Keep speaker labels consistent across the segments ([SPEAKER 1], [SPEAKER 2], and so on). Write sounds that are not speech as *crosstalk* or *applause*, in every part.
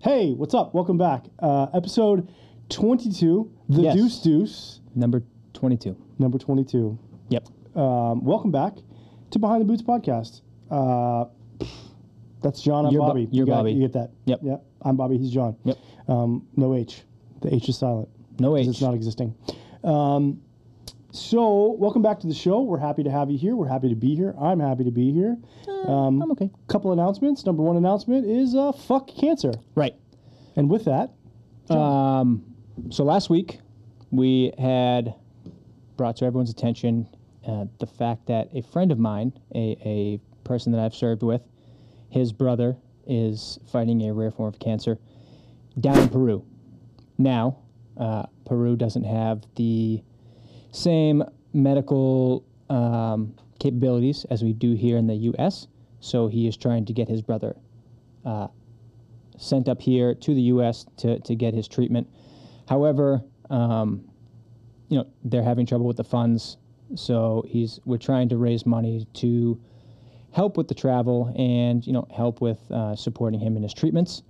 [SPEAKER 1] Hey, what's up? Welcome back. Uh, episode 22, The
[SPEAKER 2] Yes.
[SPEAKER 1] Deuce Deuce,
[SPEAKER 2] Number 22.
[SPEAKER 1] number 22.
[SPEAKER 2] Yep.
[SPEAKER 1] Um, welcome back to Behind the Boots podcast. Uh, that's John. I'm
[SPEAKER 2] You're Bo-
[SPEAKER 1] Bobby.
[SPEAKER 2] you're
[SPEAKER 1] you got-
[SPEAKER 2] Bobby.
[SPEAKER 1] You get that?
[SPEAKER 2] Yep.
[SPEAKER 1] Yeah. I'm Bobby. He's John.
[SPEAKER 2] Yep.
[SPEAKER 1] Um, no H. The H is silent.
[SPEAKER 2] No
[SPEAKER 1] 'cause
[SPEAKER 2] H.
[SPEAKER 1] It's not existing. Um, so welcome back to the show. We're happy to have you here. We're happy to be here. I'm happy to be here. Um,
[SPEAKER 2] I'm okay.
[SPEAKER 1] couple announcements. Number one announcement is uh, fuck cancer.
[SPEAKER 2] Right.
[SPEAKER 1] And with that,
[SPEAKER 2] Um, so last week, we had brought to everyone's attention uh, the fact that a friend of mine, a, a person that I've served with, his brother is fighting a rare form of cancer down in Peru. Now, uh, Peru doesn't have the same medical um, capabilities as we do here in the U.S., so he is trying to get his brother sent up here to the U.S. to, to get his treatment. However, um, you know they're having trouble with the funds, so he's we're trying to raise money to help with the travel and you know help with uh, supporting him in his treatments.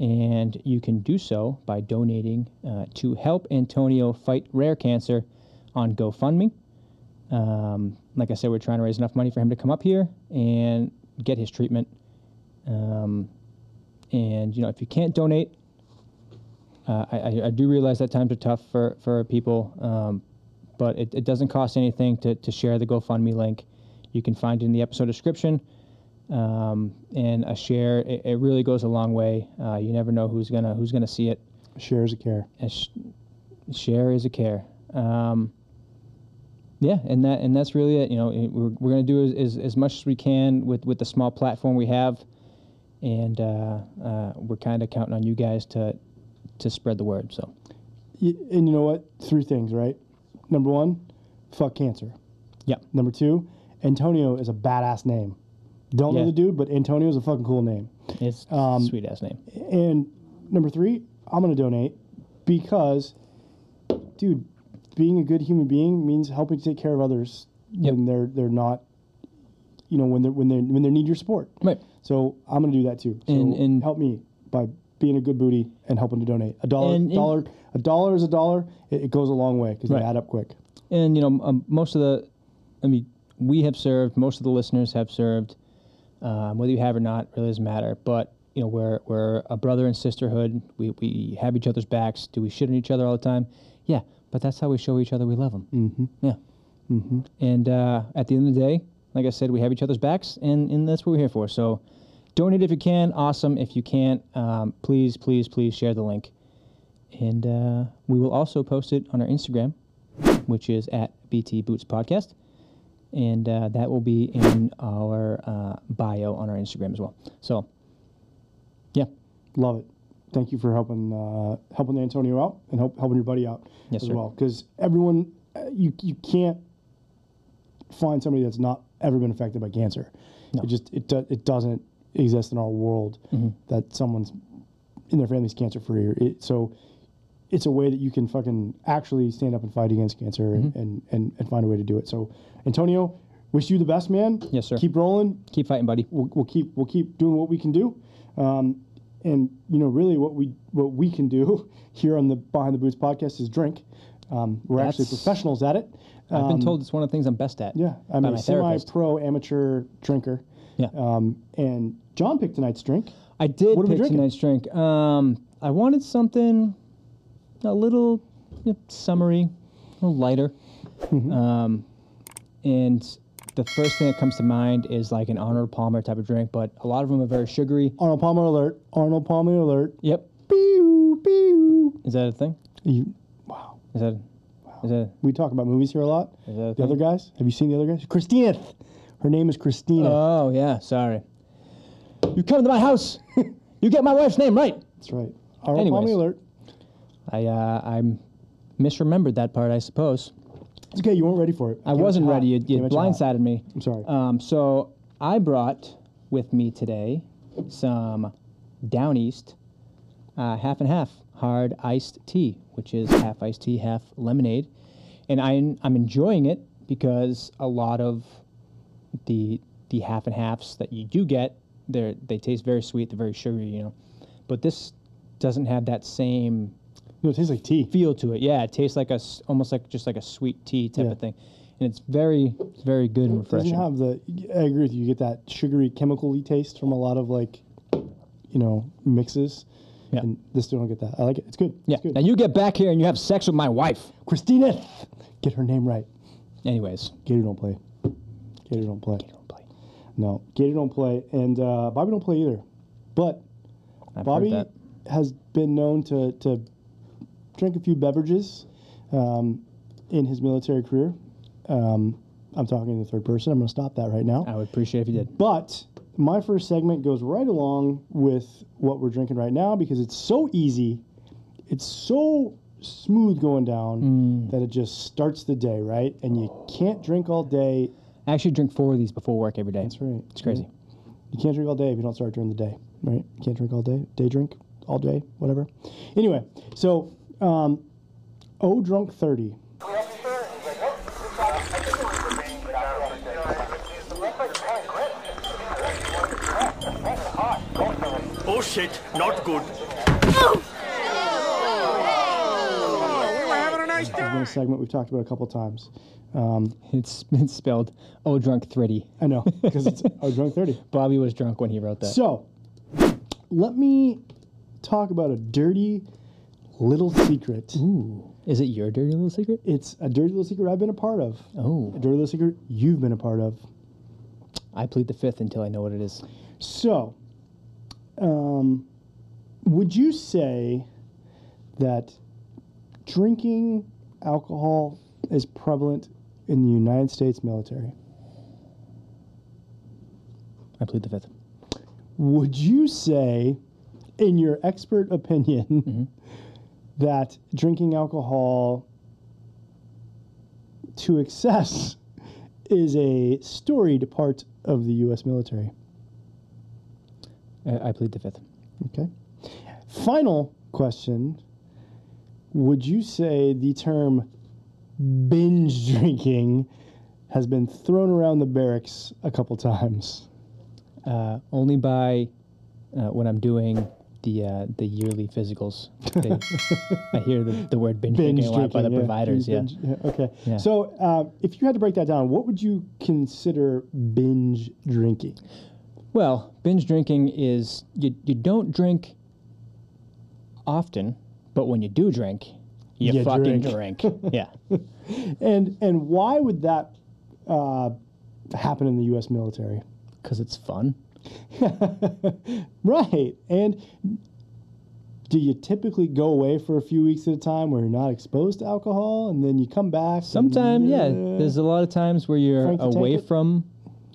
[SPEAKER 2] And you can do so by donating uh, to help Antonio fight rare cancer on GoFundMe. Um, like I said, we're trying to raise enough money for him to come up here and get his treatment. Um, and you know if you can't donate uh, I, I, I do realize that times are tough for, for people um, but it, it doesn't cost anything to, to share the gofundme link you can find it in the episode description um, and a share it, it really goes a long way uh, you never know who's gonna who's gonna see it
[SPEAKER 1] share is a care.
[SPEAKER 2] and sh- share is a care. Um, yeah, and that and that's really it. You know, it- we're, we're gonna do as, as, as much as we can with, with the small platform we have, and uh, uh, we're kind of counting on you guys to to spread the word. So
[SPEAKER 1] Y- And you know what? Three things, right? Number one, fuck cancer.
[SPEAKER 2] yeah,
[SPEAKER 1] Number two, Antonio is a badass name. Don't know
[SPEAKER 2] Yeah.
[SPEAKER 1] the dude, but Antonio is a fucking cool name.
[SPEAKER 2] it's
[SPEAKER 1] Um,
[SPEAKER 2] sweet ass name.
[SPEAKER 1] And number three, I'm gonna donate because, dude, being a good human being means helping to take care of others
[SPEAKER 2] Yep.
[SPEAKER 1] when they're they're not, you know, when they're when they when they need your support.
[SPEAKER 2] Right.
[SPEAKER 1] So I'm gonna do that too. So
[SPEAKER 2] And- and-
[SPEAKER 1] help me by being a good booty and helping to donate a dollar.
[SPEAKER 2] And- and-
[SPEAKER 1] dollar a dollar is a dollar. It, it goes a long way because
[SPEAKER 2] Right.
[SPEAKER 1] they add up quick.
[SPEAKER 2] and you know um, most of the i mean we have served most of the listeners have served um, whether you have or not really doesn't matter but you know we're, we're a brother and sisterhood we, we have each other's backs do we shit on each other all the time yeah but that's how we show each other we love them mm-hmm. yeah mm-hmm. and uh, at the end of the day like i said we have each other's backs and, and that's what we're here for so donate if you can awesome if you can't um, please please please share the link and uh, we will also post it on our Instagram, which is at BT Boots Podcast. And uh, that will be in our uh, bio on our Instagram as well. So, yeah,
[SPEAKER 1] Love it. Thank you for helping uh, helping Antonio out and help, helping your buddy out
[SPEAKER 2] Yes,
[SPEAKER 1] as
[SPEAKER 2] sir.
[SPEAKER 1] well. Because everyone, uh, you you can't find somebody that's not ever been affected by cancer.
[SPEAKER 2] No. Mm-hmm.
[SPEAKER 1] It just it do, it doesn't exist in our world that someone's in their family's cancer free. It, so it's a way that you can fucking actually stand up and fight against cancer and,
[SPEAKER 2] Mm-hmm.
[SPEAKER 1] and, and, and find a way to do it. So Antonio, wish you the best, man.
[SPEAKER 2] Yes, sir.
[SPEAKER 1] Keep rolling
[SPEAKER 2] keep fighting, buddy.
[SPEAKER 1] we'll, we'll keep we'll keep doing what we can do, um, and you know really what we what we can do *laughs* here on the Behind the Boots podcast is drink. Um, we're actually
[SPEAKER 2] That's-
[SPEAKER 1] professionals at it.
[SPEAKER 2] I've
[SPEAKER 1] Um,
[SPEAKER 2] been told it's one of the things I'm best at.
[SPEAKER 1] Yeah, I'm
[SPEAKER 2] by
[SPEAKER 1] a
[SPEAKER 2] my therapist.
[SPEAKER 1] semi-pro amateur drinker.
[SPEAKER 2] Yeah.
[SPEAKER 1] Um, and John picked tonight's drink.
[SPEAKER 2] I did
[SPEAKER 1] What are we
[SPEAKER 2] pick
[SPEAKER 1] drinking?
[SPEAKER 2] tonight's drink. Um, I wanted something a little you know, summery, a little lighter.
[SPEAKER 1] Mm-hmm.
[SPEAKER 2] Um, and the first thing that comes to mind is like an Arnold Palmer type of drink, but a lot of them are very sugary.
[SPEAKER 1] Arnold Palmer alert! Arnold Palmer alert!
[SPEAKER 2] Yep.
[SPEAKER 1] Oh. Pew pew.
[SPEAKER 2] Is that a thing?
[SPEAKER 1] You, wow.
[SPEAKER 2] Is that? Is that?
[SPEAKER 1] We talk about movies here a lot.
[SPEAKER 2] Is that a
[SPEAKER 1] The
[SPEAKER 2] thing?
[SPEAKER 1] other guys? Have you seen the other guys? Christina. Her name is Christina.
[SPEAKER 2] Oh yeah. Sorry. You come to my house. *laughs* you get my wife's name right.
[SPEAKER 1] That's right. Arnold
[SPEAKER 2] anyways.
[SPEAKER 1] Palmer alert.
[SPEAKER 2] I uh, I misremembered that part, I suppose.
[SPEAKER 1] It's okay. You weren't ready for it.
[SPEAKER 2] I wasn't ready. You, you
[SPEAKER 1] Came at hot.
[SPEAKER 2] blindsided me.
[SPEAKER 1] I'm sorry.
[SPEAKER 2] Um, so I brought with me today some Down East uh, half and half hard iced tea, which is half iced tea, half lemonade, and I, I'm enjoying it because a lot of the the half and halves that you do get, they are they taste very sweet, they're very sugary, you know, But this doesn't have that same
[SPEAKER 1] No, it tastes like tea.
[SPEAKER 2] feel to it. Yeah, it tastes like a s- almost like just like a sweet tea type
[SPEAKER 1] Yeah.
[SPEAKER 2] of thing, and it's very it's very good and
[SPEAKER 1] Doesn't
[SPEAKER 2] refreshing.
[SPEAKER 1] have the. I agree with you. You get that sugary, chemical taste from a lot of like, you know, mixes.
[SPEAKER 2] Yeah.
[SPEAKER 1] And this still don't get that. I like it. It's good.
[SPEAKER 2] yeah.
[SPEAKER 1] It's
[SPEAKER 2] Now
[SPEAKER 1] good.
[SPEAKER 2] you get back here and you have sex with my wife.
[SPEAKER 1] Christina, get her name right.
[SPEAKER 2] Anyways,
[SPEAKER 1] Gator don't play. Gator don't play.
[SPEAKER 2] don't play.
[SPEAKER 1] No, Gator don't play, and uh, Bobby don't play either. But
[SPEAKER 2] I've
[SPEAKER 1] Bobby
[SPEAKER 2] heard that.
[SPEAKER 1] has been known to, to drink a few beverages um, in his military career. Um, I'm talking in the third person. I'm going to stop that right now.
[SPEAKER 2] I would appreciate if you did.
[SPEAKER 1] But my first segment goes right along with what we're drinking right now because it's so easy. It's so smooth going down that it just starts the day, right? And you can't drink all day.
[SPEAKER 2] I actually drink four of these before work every day.
[SPEAKER 1] That's right.
[SPEAKER 2] It's crazy.
[SPEAKER 1] You can't drink all day if you don't start during the day, right? You can't drink all day, day drink, all day, whatever. Anyway, so um, O Drunk 30.
[SPEAKER 3] Oh shit, not good.
[SPEAKER 1] has been a segment we've talked about a couple times.
[SPEAKER 2] It's *laughs* it's spelled oh drunk thritty.
[SPEAKER 1] I know, because it's O Drunk 30.
[SPEAKER 2] Bobby was drunk when he wrote that.
[SPEAKER 1] So, let me talk about a dirty little secret.
[SPEAKER 2] Is it your dirty little secret?
[SPEAKER 1] It's a dirty little secret I've been a part of. A
[SPEAKER 2] Oh,
[SPEAKER 1] dirty little secret you've been a part of.
[SPEAKER 2] I plead the fifth until I know what it is.
[SPEAKER 1] So, um, would you say that drinking alcohol is prevalent in the United States military?
[SPEAKER 2] I plead the fifth.
[SPEAKER 1] Would you say, in your expert opinion, *laughs* that drinking alcohol to excess is a storied part of the U.S. military?
[SPEAKER 2] I, I plead the fifth.
[SPEAKER 1] Okay. Final question. Would you say the term binge drinking has been thrown around the barracks a couple times?
[SPEAKER 2] Uh, only by uh, when I'm doing the uh, the yearly physicals. They,
[SPEAKER 1] *laughs*
[SPEAKER 2] I hear the, the word binge,
[SPEAKER 1] Binge
[SPEAKER 2] drinking a lot by the
[SPEAKER 1] drinking, yeah.
[SPEAKER 2] providers. Yeah.
[SPEAKER 1] Binge- Okay.
[SPEAKER 2] Yeah.
[SPEAKER 1] So, uh, if you had to break that down, what would you consider binge drinking?
[SPEAKER 2] Well, binge drinking is you you don't drink often, but when you do drink, you,
[SPEAKER 1] You
[SPEAKER 2] fucking drink. yeah.
[SPEAKER 1] And and why would that uh, happen in the U.S. military?
[SPEAKER 2] Because it's fun.
[SPEAKER 1] Right. And do you typically go away for a few weeks at a time where you're not exposed to alcohol and then you come back? and-
[SPEAKER 2] Sometimes, yeah, there's a lot of times where you're
[SPEAKER 1] Frank the Tank
[SPEAKER 2] away
[SPEAKER 1] it-
[SPEAKER 2] from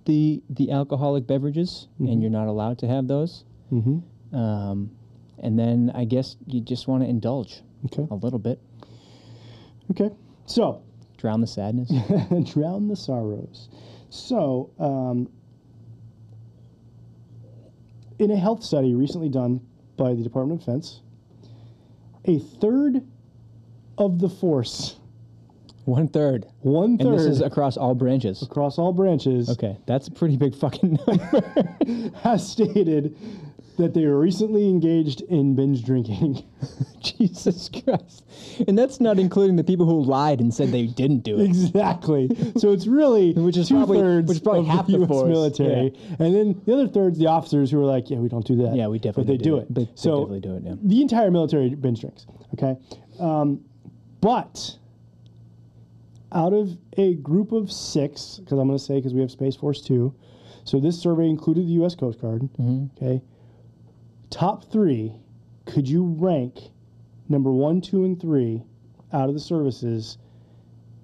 [SPEAKER 2] the the alcoholic beverages and you're not allowed to have those. Mm-hmm. Um, and then I guess you just want to indulge
[SPEAKER 1] Okay.
[SPEAKER 2] a little bit,
[SPEAKER 1] Okay. So,
[SPEAKER 2] drown the sadness.
[SPEAKER 1] *laughs* drown the sorrows. So, um, in a health study recently done by the Department of Defense, a third of the force,
[SPEAKER 2] One third.
[SPEAKER 1] one
[SPEAKER 2] And
[SPEAKER 1] third
[SPEAKER 2] this is across all branches.
[SPEAKER 1] across all branches,
[SPEAKER 2] Okay, that's a pretty big fucking *laughs* number.
[SPEAKER 1] *laughs* has stated that they were recently engaged in binge drinking. *laughs*
[SPEAKER 2] *laughs* Jesus Christ. And that's not including the people who lied and said they didn't do it.
[SPEAKER 1] Exactly. So it's really
[SPEAKER 2] Which is probably-
[SPEAKER 1] two-thirds
[SPEAKER 2] which is probably
[SPEAKER 1] of
[SPEAKER 2] half the
[SPEAKER 1] U.S.
[SPEAKER 2] force,
[SPEAKER 1] military, and then the other third's the officers who are like, "Yeah, we don't do that."
[SPEAKER 2] Yeah, we definitely
[SPEAKER 1] but they do,
[SPEAKER 2] do
[SPEAKER 1] it.
[SPEAKER 2] it. They- they
[SPEAKER 1] so
[SPEAKER 2] definitely do it, yeah.
[SPEAKER 1] The entire military binge drinks. Okay, um, but out of a group of six, because I'm going to say because we have Space Force two, so this survey included the U.S. Coast Guard.
[SPEAKER 2] Mm-hmm.
[SPEAKER 1] Okay, top three. Could you rank number one, two, and three out of the services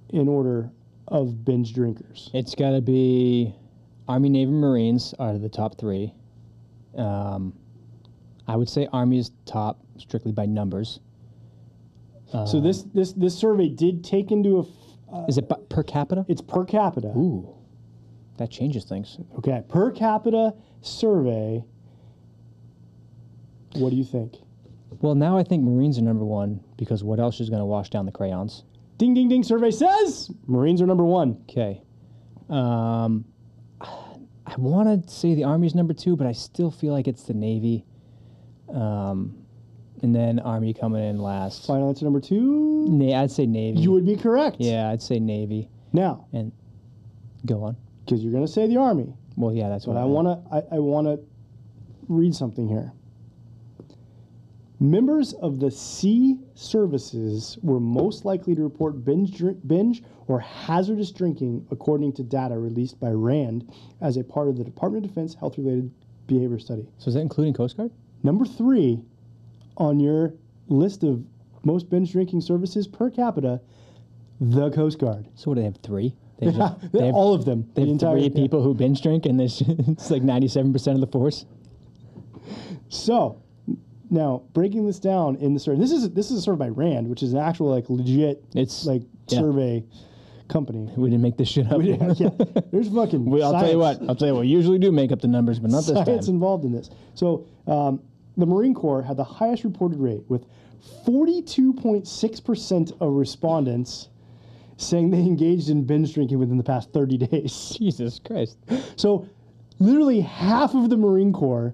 [SPEAKER 1] in order of binge drinkers?
[SPEAKER 2] It's got to be Army, Navy, Marines are the top three. Um, I would say Army is top strictly by numbers.
[SPEAKER 1] so this this this survey did take into a
[SPEAKER 2] is it bu- per capita?
[SPEAKER 1] it's per capita.
[SPEAKER 2] Ooh, that changes things.
[SPEAKER 1] Okay, per capita survey. What do you think?
[SPEAKER 2] Well, now I think Marines are number one because what else is going to wash down the crayons?
[SPEAKER 1] Ding ding ding. Survey says Marines are number one.
[SPEAKER 2] Okay. Um, I want to say the Army's number two, but I still feel like it's the Navy. Um, and then Army coming in last.
[SPEAKER 1] Final answer number two.
[SPEAKER 2] Na- I'd say Navy.
[SPEAKER 1] You would be correct.
[SPEAKER 2] yeah, I'd say Navy.
[SPEAKER 1] Now,
[SPEAKER 2] And go on.
[SPEAKER 1] because you're going to say the Army,
[SPEAKER 2] Well, yeah, that's what
[SPEAKER 1] but I
[SPEAKER 2] meant.
[SPEAKER 1] want to I, I want to read something here. Members of the C services were most likely to report binge, drink, binge or hazardous drinking, according to data released by RAND as a part of the Department of Defense Health Related Behavior Study.
[SPEAKER 2] So is that including Coast Guard?
[SPEAKER 1] Number three on your list of most binge drinking services per capita, the Coast Guard.
[SPEAKER 2] So what do they have? Three.
[SPEAKER 1] *laughs*
[SPEAKER 2] They have, they have,
[SPEAKER 1] All of them. the
[SPEAKER 2] they have
[SPEAKER 1] entire-
[SPEAKER 2] three
[SPEAKER 1] yeah.
[SPEAKER 2] people who binge drink, and there's *laughs* it's like 97 percent of the force.
[SPEAKER 1] So now breaking this down in the survey, this is this is a survey by Rand, which is an actual like legit
[SPEAKER 2] It's-
[SPEAKER 1] like
[SPEAKER 2] yeah.
[SPEAKER 1] survey company.
[SPEAKER 2] We didn't make this shit
[SPEAKER 1] *laughs*
[SPEAKER 2] up.
[SPEAKER 1] yeah, yeah. there's fucking.
[SPEAKER 2] *laughs* Well, I'll tell you
[SPEAKER 1] science-
[SPEAKER 2] what. I'll tell you what. We usually do make up the numbers, but not this time.
[SPEAKER 1] Science involved in this. So um, the Marine Corps had the highest reported rate with 42.6 percent of respondents saying they engaged in binge drinking within the past 30 days.
[SPEAKER 2] *laughs* Jesus Christ.
[SPEAKER 1] So literally half of the Marine Corps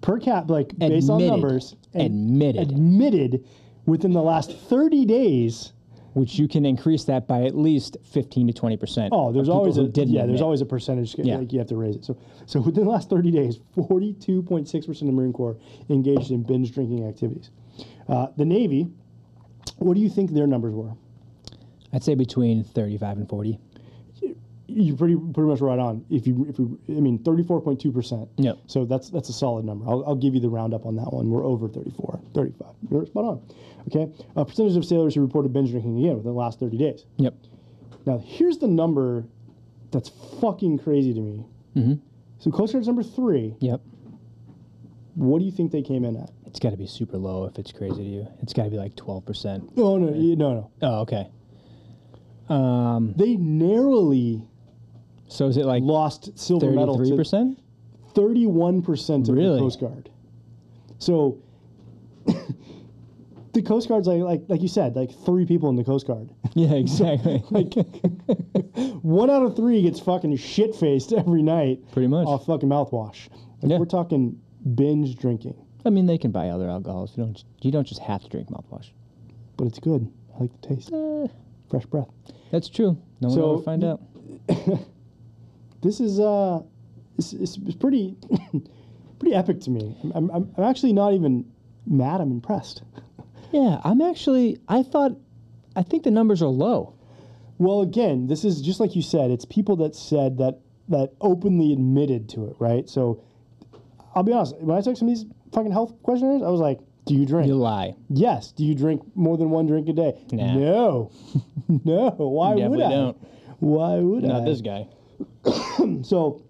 [SPEAKER 1] per cap, like based on
[SPEAKER 2] Admitted.
[SPEAKER 1] numbers, ad-
[SPEAKER 2] Admitted.
[SPEAKER 1] admitted within the last 30 days.
[SPEAKER 2] Which you can increase that by at least 15 to 20 percent.
[SPEAKER 1] Oh, there's always a
[SPEAKER 2] did
[SPEAKER 1] yeah. There's always a percentage. ca-
[SPEAKER 2] Yeah.
[SPEAKER 1] Like you have to raise it. So so within the last 30 days, 42.6 percent of the Marine Corps engaged in binge drinking activities. Uh, the Navy, what do you think their numbers were?
[SPEAKER 2] I'd say between 35 and 40.
[SPEAKER 1] You're pretty pretty much right on. If you if you, I mean 34.2 percent.
[SPEAKER 2] Yep.
[SPEAKER 1] So that's that's a solid number. I'll, I'll give you the roundup on that one. We're over 34, 35. You're spot on. Okay. A percentage of sailors who reported binge drinking again within the last 30 days.
[SPEAKER 2] Yep.
[SPEAKER 1] Now here's the number that's fucking crazy to me.
[SPEAKER 2] Mm-hmm.
[SPEAKER 1] So Coast Guard's number three.
[SPEAKER 2] Yep.
[SPEAKER 1] What do you think they came in at?
[SPEAKER 2] It's got to be super low if it's crazy to you. It's got to be like 12 percent.
[SPEAKER 1] No, no, you- no, no.
[SPEAKER 2] Oh, okay. Um.
[SPEAKER 1] They narrowly
[SPEAKER 2] So is it like
[SPEAKER 1] lost silver medal
[SPEAKER 2] thirty-three
[SPEAKER 1] to *laughs*
[SPEAKER 2] percent?
[SPEAKER 1] 31% of
[SPEAKER 2] Really?
[SPEAKER 1] the Coast Guard. So *laughs* the Coast Guard's like, like like you said, like three people in the Coast Guard. *laughs*
[SPEAKER 2] Yeah, exactly.
[SPEAKER 1] One out of three gets fucking shit faced *laughs* every night.
[SPEAKER 2] *laughs* Pretty much.
[SPEAKER 1] Off fucking mouthwash. Like,
[SPEAKER 2] Yeah.
[SPEAKER 1] We're talking binge drinking,
[SPEAKER 2] I mean, they can buy other alcohols. You don't. You don't just have to drink mouthwash.
[SPEAKER 1] but it's good. I like the taste.
[SPEAKER 2] Eh,
[SPEAKER 1] Fresh breath.
[SPEAKER 2] that's true. No one
[SPEAKER 1] So-
[SPEAKER 2] will ever find out.
[SPEAKER 1] This is uh, it's, it's, it's pretty, *laughs* pretty epic to me. I'm, I'm, I'm actually not even mad. I'm impressed.
[SPEAKER 2] Yeah, I'm actually. I thought. I think the numbers are low.
[SPEAKER 1] Well, again, this is just like you said. It's people that said that that openly admitted to it, right? So, I'll be honest. When I took some of these fucking health questionnaires, I was like, "Do you drink?
[SPEAKER 2] You lie.
[SPEAKER 1] Yes. Do you drink more than one drink a day?
[SPEAKER 2] Nah.
[SPEAKER 1] No. *laughs* no. Why would
[SPEAKER 2] Definitely
[SPEAKER 1] I?
[SPEAKER 2] don't.
[SPEAKER 1] Why would I?
[SPEAKER 2] Not this guy.
[SPEAKER 1] So,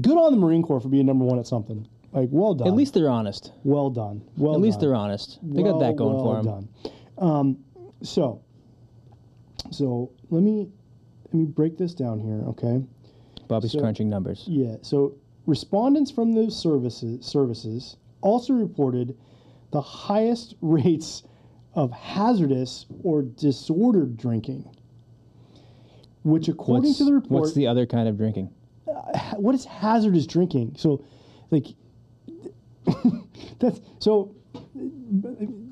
[SPEAKER 1] good on the Marine Corps for being number one at something. Like, well done.
[SPEAKER 2] At least they're honest.
[SPEAKER 1] well done. Well,
[SPEAKER 2] At least
[SPEAKER 1] done.
[SPEAKER 2] they're honest. They got that going
[SPEAKER 1] well
[SPEAKER 2] for them.
[SPEAKER 1] Done. Um, so, so let me let me break this down here, okay?
[SPEAKER 2] Bobby's
[SPEAKER 1] So-
[SPEAKER 2] crunching numbers.
[SPEAKER 1] Yeah. So respondents from those services services also reported the highest *laughs* rates of hazardous or disordered drinking, which, according
[SPEAKER 2] What's,
[SPEAKER 1] to the report,
[SPEAKER 2] what's the other kind of drinking?
[SPEAKER 1] what is hazardous drinking? So, like, *laughs* that's so.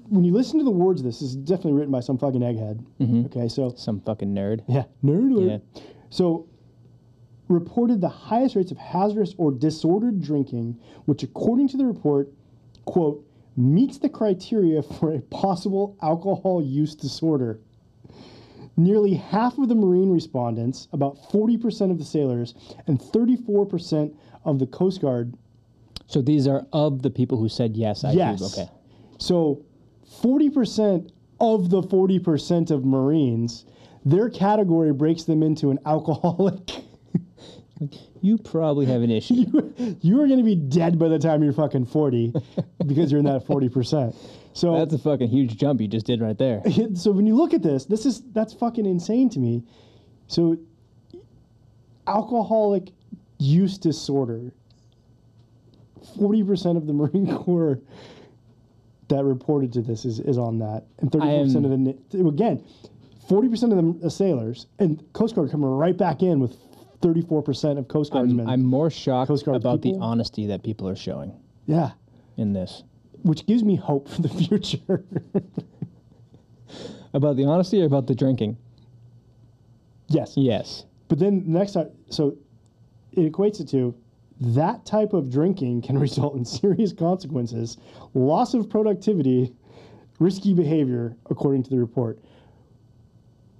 [SPEAKER 1] When you listen to the words, of this, this is definitely written by some fucking egghead. Okay, so
[SPEAKER 2] Some fucking nerd.
[SPEAKER 1] yeah, nerd alert. So, reported the highest rates of hazardous or disordered drinking, which, according to the report, quote, meets the criteria for a possible alcohol use disorder. Nearly half of the Marine respondents, about 40% of the sailors, and 34% of the Coast Guard.
[SPEAKER 2] So these are of the people who said yes. I do.
[SPEAKER 1] Yes.
[SPEAKER 2] Okay.
[SPEAKER 1] So, 40% of the 40% of Marines, their category breaks them into an alcoholic.
[SPEAKER 2] You probably
[SPEAKER 1] *laughs*
[SPEAKER 2] have an issue.
[SPEAKER 1] you are going to be dead by the time you're fucking 40 because you're in that 40%. So
[SPEAKER 2] *laughs* That's a fucking huge jump you just did right
[SPEAKER 1] *laughs*
[SPEAKER 2] there.
[SPEAKER 1] so when you look at this, this is that's fucking insane to me. So alcoholic use disorder 40% of the *laughs* Marine Corps that reported to this is, is on that and 34% of the na- again 40% of the uh, sailors and Coast Guard coming right back in with 34% of Coast
[SPEAKER 2] I'm,
[SPEAKER 1] Guardsmen.
[SPEAKER 2] I'm more shocked
[SPEAKER 1] Coast Guard
[SPEAKER 2] about
[SPEAKER 1] people?
[SPEAKER 2] the honesty that people are showing.
[SPEAKER 1] yeah.
[SPEAKER 2] in this.
[SPEAKER 1] which gives me hope for the *laughs* future.
[SPEAKER 2] About the honesty or about the drinking?
[SPEAKER 1] yes.
[SPEAKER 2] Yes.
[SPEAKER 1] But then next time, so it equates it to that type of drinking can *laughs* result in serious consequences, loss of productivity, risky behavior, according to the report.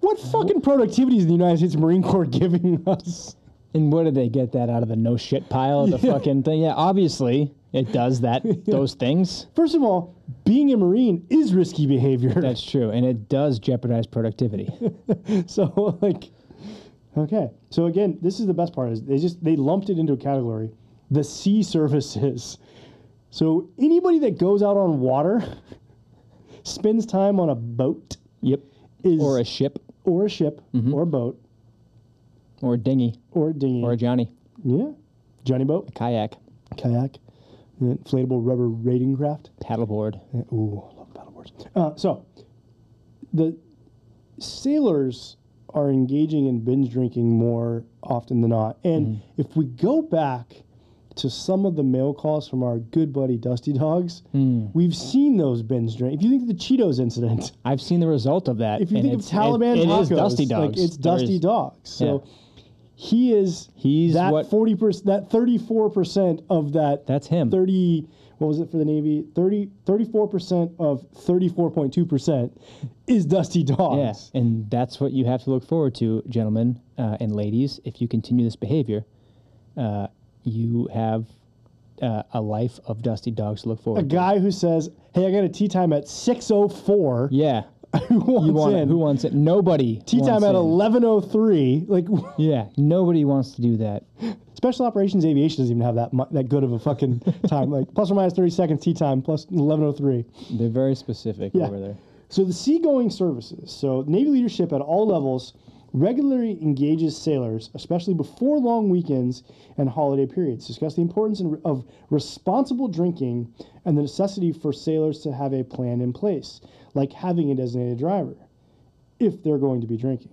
[SPEAKER 1] What fucking productivity is the United States Marine Corps *laughs* giving us?
[SPEAKER 2] And where did they get that out of the no shit pile of
[SPEAKER 1] *laughs*
[SPEAKER 2] the fucking thing? Yeah, obviously it does that those things.
[SPEAKER 1] First of all, being a Marine is risky behavior.
[SPEAKER 2] That's true, and it does
[SPEAKER 1] *laughs*
[SPEAKER 2] jeopardize productivity.
[SPEAKER 1] so like okay so again this is the best part is they just they lumped it into a category the sea services so anybody that goes out on water *laughs* spends time on a boat
[SPEAKER 2] yep.
[SPEAKER 1] is
[SPEAKER 2] Or a ship,
[SPEAKER 1] or a ship or a boat
[SPEAKER 2] or a dinghy,
[SPEAKER 1] or a dinghy
[SPEAKER 2] or a Johnny
[SPEAKER 1] yeah johnny boat
[SPEAKER 2] kayak,
[SPEAKER 1] kayak uh, inflatable rubber rating craft
[SPEAKER 2] paddleboard.
[SPEAKER 1] Yeah, Uh, Ooh, I love battle wars. Uh, so, the sailors are engaging in binge drinking more often than not. And if we go back to some of the mail calls from our good buddy Dusty Dogs, we've seen those binge drink. If you think of the Cheetos incident,
[SPEAKER 2] I've seen the result of that.
[SPEAKER 1] if you
[SPEAKER 2] and
[SPEAKER 1] think of
[SPEAKER 2] it's-
[SPEAKER 1] Taliban
[SPEAKER 2] it, it
[SPEAKER 1] tacos,
[SPEAKER 2] is Dusty Dogs.
[SPEAKER 1] Like it's
[SPEAKER 2] There
[SPEAKER 1] Dusty
[SPEAKER 2] is-
[SPEAKER 1] Dogs. So
[SPEAKER 2] yeah.
[SPEAKER 1] he is
[SPEAKER 2] He's
[SPEAKER 1] that
[SPEAKER 2] what-
[SPEAKER 1] forty percent, that thirty four percent of that.
[SPEAKER 2] That's him.
[SPEAKER 1] Thirty. What was it for the Navy? 34 percent of thirty four point two percent is Dusty
[SPEAKER 2] Yeah,
[SPEAKER 1] Dogs.
[SPEAKER 2] and that's what you have to look forward to, gentlemen uh, and ladies. If you continue this behavior, uh, you have uh, a life of Dusty Dogs to look
[SPEAKER 1] A
[SPEAKER 2] forward to.
[SPEAKER 1] guy who says, "Hey, I got a tea time at six oh four. *laughs*
[SPEAKER 2] Yeah.
[SPEAKER 1] Who wants
[SPEAKER 2] You want it?
[SPEAKER 1] in?
[SPEAKER 2] Who wants it? Nobody.
[SPEAKER 1] Tea time
[SPEAKER 2] wants
[SPEAKER 1] at
[SPEAKER 2] in.
[SPEAKER 1] eleven oh three. Like *laughs*
[SPEAKER 2] Yeah, nobody wants to do that.
[SPEAKER 1] special operations aviation doesn't even have that mu- that good of a fucking *laughs* time. Like plus or minus thirty seconds tea time plus eleven oh three.
[SPEAKER 2] They're very specific
[SPEAKER 1] Yeah.
[SPEAKER 2] over there.
[SPEAKER 1] So the seagoing services. So Navy leadership at all levels regularly engages sailors, especially before long weekends and holiday periods, to discuss the importance in, of responsible drinking and the necessity for sailors to have a plan in place, like having a designated driver, if they're going to be drinking.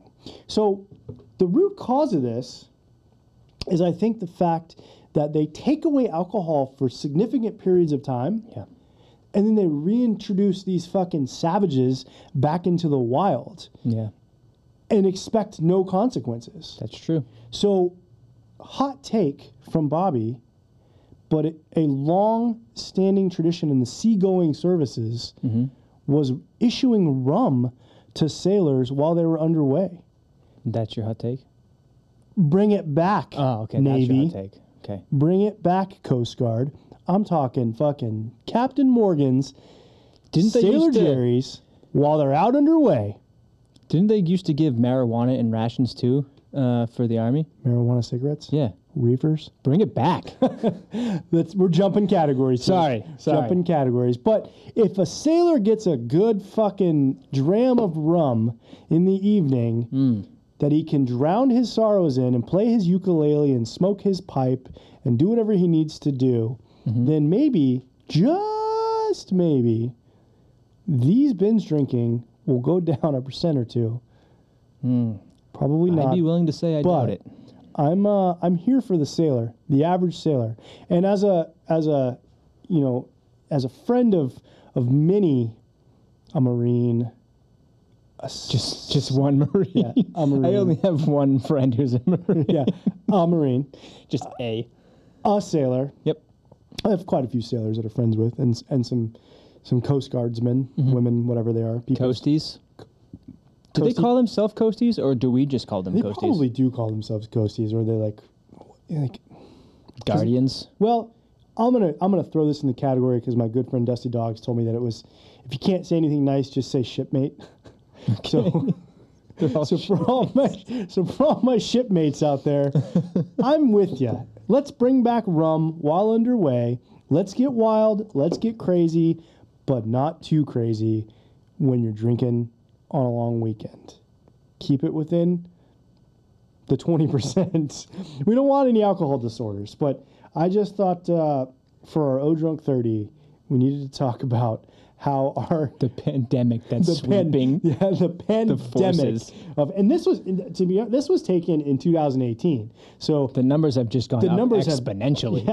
[SPEAKER 1] So the root cause of this is, I think, the fact that they take away alcohol for significant periods of time
[SPEAKER 2] Yeah.
[SPEAKER 1] and then they reintroduce these fucking savages back into the wild
[SPEAKER 2] Yeah,
[SPEAKER 1] and expect no consequences.
[SPEAKER 2] that's true.
[SPEAKER 1] So, hot take from Bobby, but it, a long standing tradition in the seagoing services
[SPEAKER 2] Mm-hmm.
[SPEAKER 1] was issuing rum to sailors while they were underway.
[SPEAKER 2] That's your hot take?
[SPEAKER 1] Bring it back,
[SPEAKER 2] Oh, okay.
[SPEAKER 1] Navy.
[SPEAKER 2] That's your hot take. Okay.
[SPEAKER 1] Bring it back, Coast Guard. I'm talking fucking Captain Morgan's,
[SPEAKER 2] Didn't they,
[SPEAKER 1] Sailor
[SPEAKER 2] used to,
[SPEAKER 1] Jerry's while they're out underway.
[SPEAKER 2] didn't they used to give marijuana and rations too uh, for the Army?
[SPEAKER 1] marijuana cigarettes
[SPEAKER 2] Yeah.
[SPEAKER 1] reefers
[SPEAKER 2] Bring it back. *laughs*
[SPEAKER 1] that's we're jumping categories here.
[SPEAKER 2] Sorry, sorry.
[SPEAKER 1] jumping categories but if a sailor gets a good fucking dram of rum in the evening
[SPEAKER 2] Hmm.
[SPEAKER 1] that he can drown his sorrows in and play his ukulele and smoke his pipe and do whatever he needs to do
[SPEAKER 2] Mm-hmm.
[SPEAKER 1] then maybe just maybe these binge drinking will go down a percent or two probably not
[SPEAKER 2] I'd be willing to say Hmm. I doubt
[SPEAKER 1] but-
[SPEAKER 2] it.
[SPEAKER 1] I'm uh, I'm here for the sailor, the average sailor, and as a as a you know as a friend of of many, a marine, a s-
[SPEAKER 2] Just just one *laughs* Marine.
[SPEAKER 1] a Marine.
[SPEAKER 2] I only have one friend who's a *laughs* Marine.
[SPEAKER 1] *laughs* yeah, a marine,
[SPEAKER 2] Just a.
[SPEAKER 1] a sailor.
[SPEAKER 2] Yep.
[SPEAKER 1] I have quite a few sailors that are friends with, and s- and some some Coast Guardsmen,
[SPEAKER 2] Mm-hmm.
[SPEAKER 1] women, whatever they are. People,
[SPEAKER 2] Coasties. Do they
[SPEAKER 1] Coastie-
[SPEAKER 2] call themselves coasties or do we just call them
[SPEAKER 1] they
[SPEAKER 2] coasties?
[SPEAKER 1] probably do call themselves coasties, or they like like
[SPEAKER 2] Guardians.
[SPEAKER 1] Well, I'm gonna I'm gonna throw this in the category because my good friend Dusty Dogs told me that it was if you can't say anything nice, just say shipmate. *laughs* So, so for all my so for all my shipmates out there, I'm with you. Let's bring back rum while underway. Let's get wild. Let's get crazy, but not too crazy when you're drinking on a long weekend. Keep it within the 20%. *laughs* we don't want any alcohol disorders, but I just thought uh, for our O Drunk 30, we needed to talk about how our
[SPEAKER 2] The pandemic that's
[SPEAKER 1] the pan-
[SPEAKER 2] *laughs* sweeping.
[SPEAKER 1] *laughs* yeah, the pandemic
[SPEAKER 2] forces.
[SPEAKER 1] of and this was to be honest, this was taken in 2018. So *laughs*
[SPEAKER 2] The numbers have just gone
[SPEAKER 1] The
[SPEAKER 2] up
[SPEAKER 1] numbers have-
[SPEAKER 2] exponentially.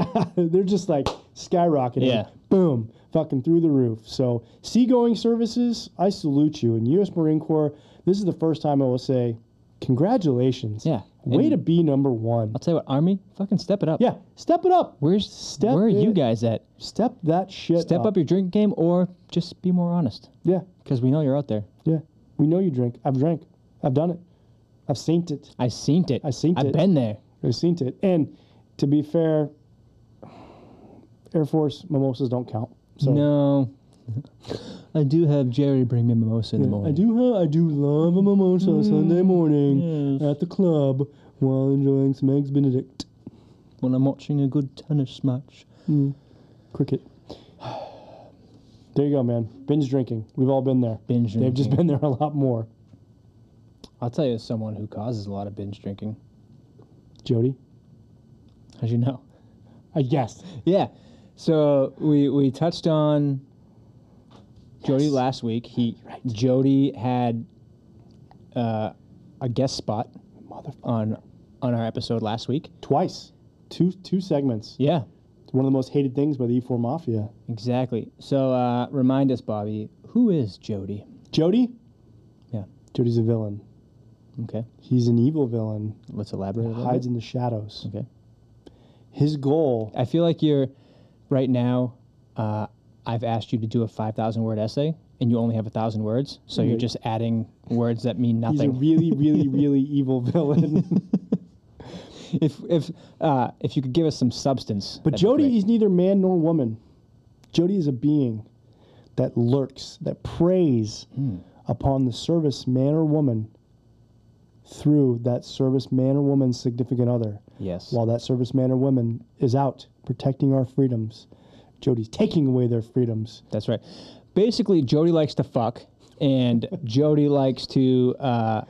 [SPEAKER 1] they're just like skyrocketing.
[SPEAKER 2] Yeah.
[SPEAKER 1] Boom, fucking through the roof. So seagoing services, I salute you. And U.S. Marine Corps, this is the first time I will say, congratulations.
[SPEAKER 2] Yeah.
[SPEAKER 1] Way
[SPEAKER 2] And-
[SPEAKER 1] to be number one.
[SPEAKER 2] I'll tell you what, Army, fucking step it up.
[SPEAKER 1] Yeah. Step it up.
[SPEAKER 2] Where's
[SPEAKER 1] Step
[SPEAKER 2] where are you
[SPEAKER 1] it-
[SPEAKER 2] guys at?
[SPEAKER 1] Step that shit
[SPEAKER 2] Step up. your drink game or just be more honest.
[SPEAKER 1] Yeah.
[SPEAKER 2] Because we know you're out there.
[SPEAKER 1] Yeah. We know you drink. I've drank. I've done it. I've seen it.
[SPEAKER 2] I seen it.
[SPEAKER 1] I seen
[SPEAKER 2] I've
[SPEAKER 1] it.
[SPEAKER 2] been there.
[SPEAKER 1] I've seen it. And to be fair, Air Force mimosas don't count. So
[SPEAKER 2] No. *laughs* I do have Jerry bring me mimosa in the
[SPEAKER 1] I
[SPEAKER 2] morning.
[SPEAKER 1] do ha- I do love a mimosa Sunday morning
[SPEAKER 2] Mm. yes.
[SPEAKER 1] at the club while enjoying some eggs Benedict
[SPEAKER 2] When I'm watching a good tennis match.
[SPEAKER 1] cricket. There you go, man. Binge drinking. We've all been there.
[SPEAKER 2] Binge
[SPEAKER 1] They've just been
[SPEAKER 2] drinking.
[SPEAKER 1] there a lot more.
[SPEAKER 2] I'll tell you as someone who causes a lot of binge drinking.
[SPEAKER 1] Jody,
[SPEAKER 2] As you *laughs* know.
[SPEAKER 1] I guess.
[SPEAKER 2] Yeah. So we we touched on Jody last week. He Jody had uh, a guest spot
[SPEAKER 1] Motherfucker.
[SPEAKER 2] on on our episode last week.
[SPEAKER 1] Twice. Two two segments.
[SPEAKER 2] Yeah,
[SPEAKER 1] It's one of the most hated things by the E4 Mafia.
[SPEAKER 2] exactly. So uh, remind us, Bobby, who is Jody?
[SPEAKER 1] Jody?
[SPEAKER 2] Yeah.
[SPEAKER 1] Jody's a villain.
[SPEAKER 2] Okay,
[SPEAKER 1] He's an evil villain.
[SPEAKER 2] let's elaborate a little
[SPEAKER 1] Hides
[SPEAKER 2] bit.
[SPEAKER 1] in the shadows.
[SPEAKER 2] Okay.
[SPEAKER 1] His goal.
[SPEAKER 2] I feel like you're right now. Uh, I've asked you to do a five thousand word essay, and you only have a thousand words, so you're
[SPEAKER 1] Yeah.
[SPEAKER 2] just adding words that mean
[SPEAKER 1] He's a
[SPEAKER 2] nothing.
[SPEAKER 1] really,
[SPEAKER 2] *laughs*
[SPEAKER 1] really, really evil villain.
[SPEAKER 2] if if uh, if you could give us some substance.
[SPEAKER 1] But
[SPEAKER 2] that'd be
[SPEAKER 1] Jody
[SPEAKER 2] great.
[SPEAKER 1] is neither man nor woman. Jody is a being that lurks, that preys
[SPEAKER 2] Hmm.
[SPEAKER 1] upon the service man or woman through that service man or woman's significant other.
[SPEAKER 2] yes.
[SPEAKER 1] While that service man or woman is out protecting our freedoms, Jody's taking away their freedoms.
[SPEAKER 2] That's right. Basically, Jody likes to fuck,
[SPEAKER 1] *laughs*
[SPEAKER 2] and Jody likes to uh,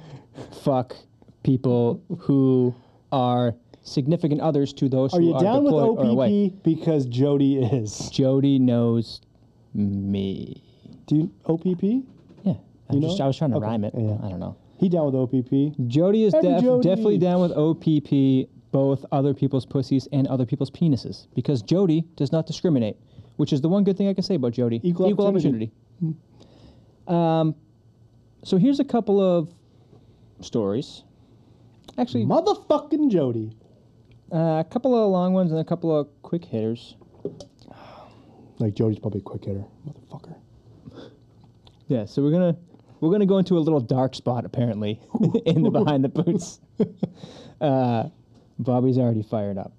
[SPEAKER 2] fuck people who are significant others to those
[SPEAKER 1] Are
[SPEAKER 2] who
[SPEAKER 1] you
[SPEAKER 2] are
[SPEAKER 1] down with
[SPEAKER 2] deployed or away.
[SPEAKER 1] OPP? Because Jody is.
[SPEAKER 2] Jody knows me.
[SPEAKER 1] Do you, OPP?
[SPEAKER 2] Yeah, I,
[SPEAKER 1] You
[SPEAKER 2] just,
[SPEAKER 1] know?
[SPEAKER 2] I was trying to
[SPEAKER 1] Okay,
[SPEAKER 2] rhyme it.
[SPEAKER 1] yeah.
[SPEAKER 2] I don't know.
[SPEAKER 1] He down with OPP?
[SPEAKER 2] Jody is
[SPEAKER 1] Hey,
[SPEAKER 2] def-
[SPEAKER 1] Jody.
[SPEAKER 2] definitely down with OPP, both other people's pussies and other people's penises, because Jody does not discriminate, which is the one good thing I can say about Jody.
[SPEAKER 1] Equal opportunity.
[SPEAKER 2] opportunity. Um, so here's a couple of stories. Actually,
[SPEAKER 1] Motherfucking Jody.
[SPEAKER 2] uh, a couple of long ones and a couple of quick hitters.
[SPEAKER 1] Like Jody's probably a quick hitter. Motherfucker.
[SPEAKER 2] Yeah, so we're gonna we're gonna go into a little dark spot apparently *laughs* in the behind the boots. uh, Bobby's already fired up.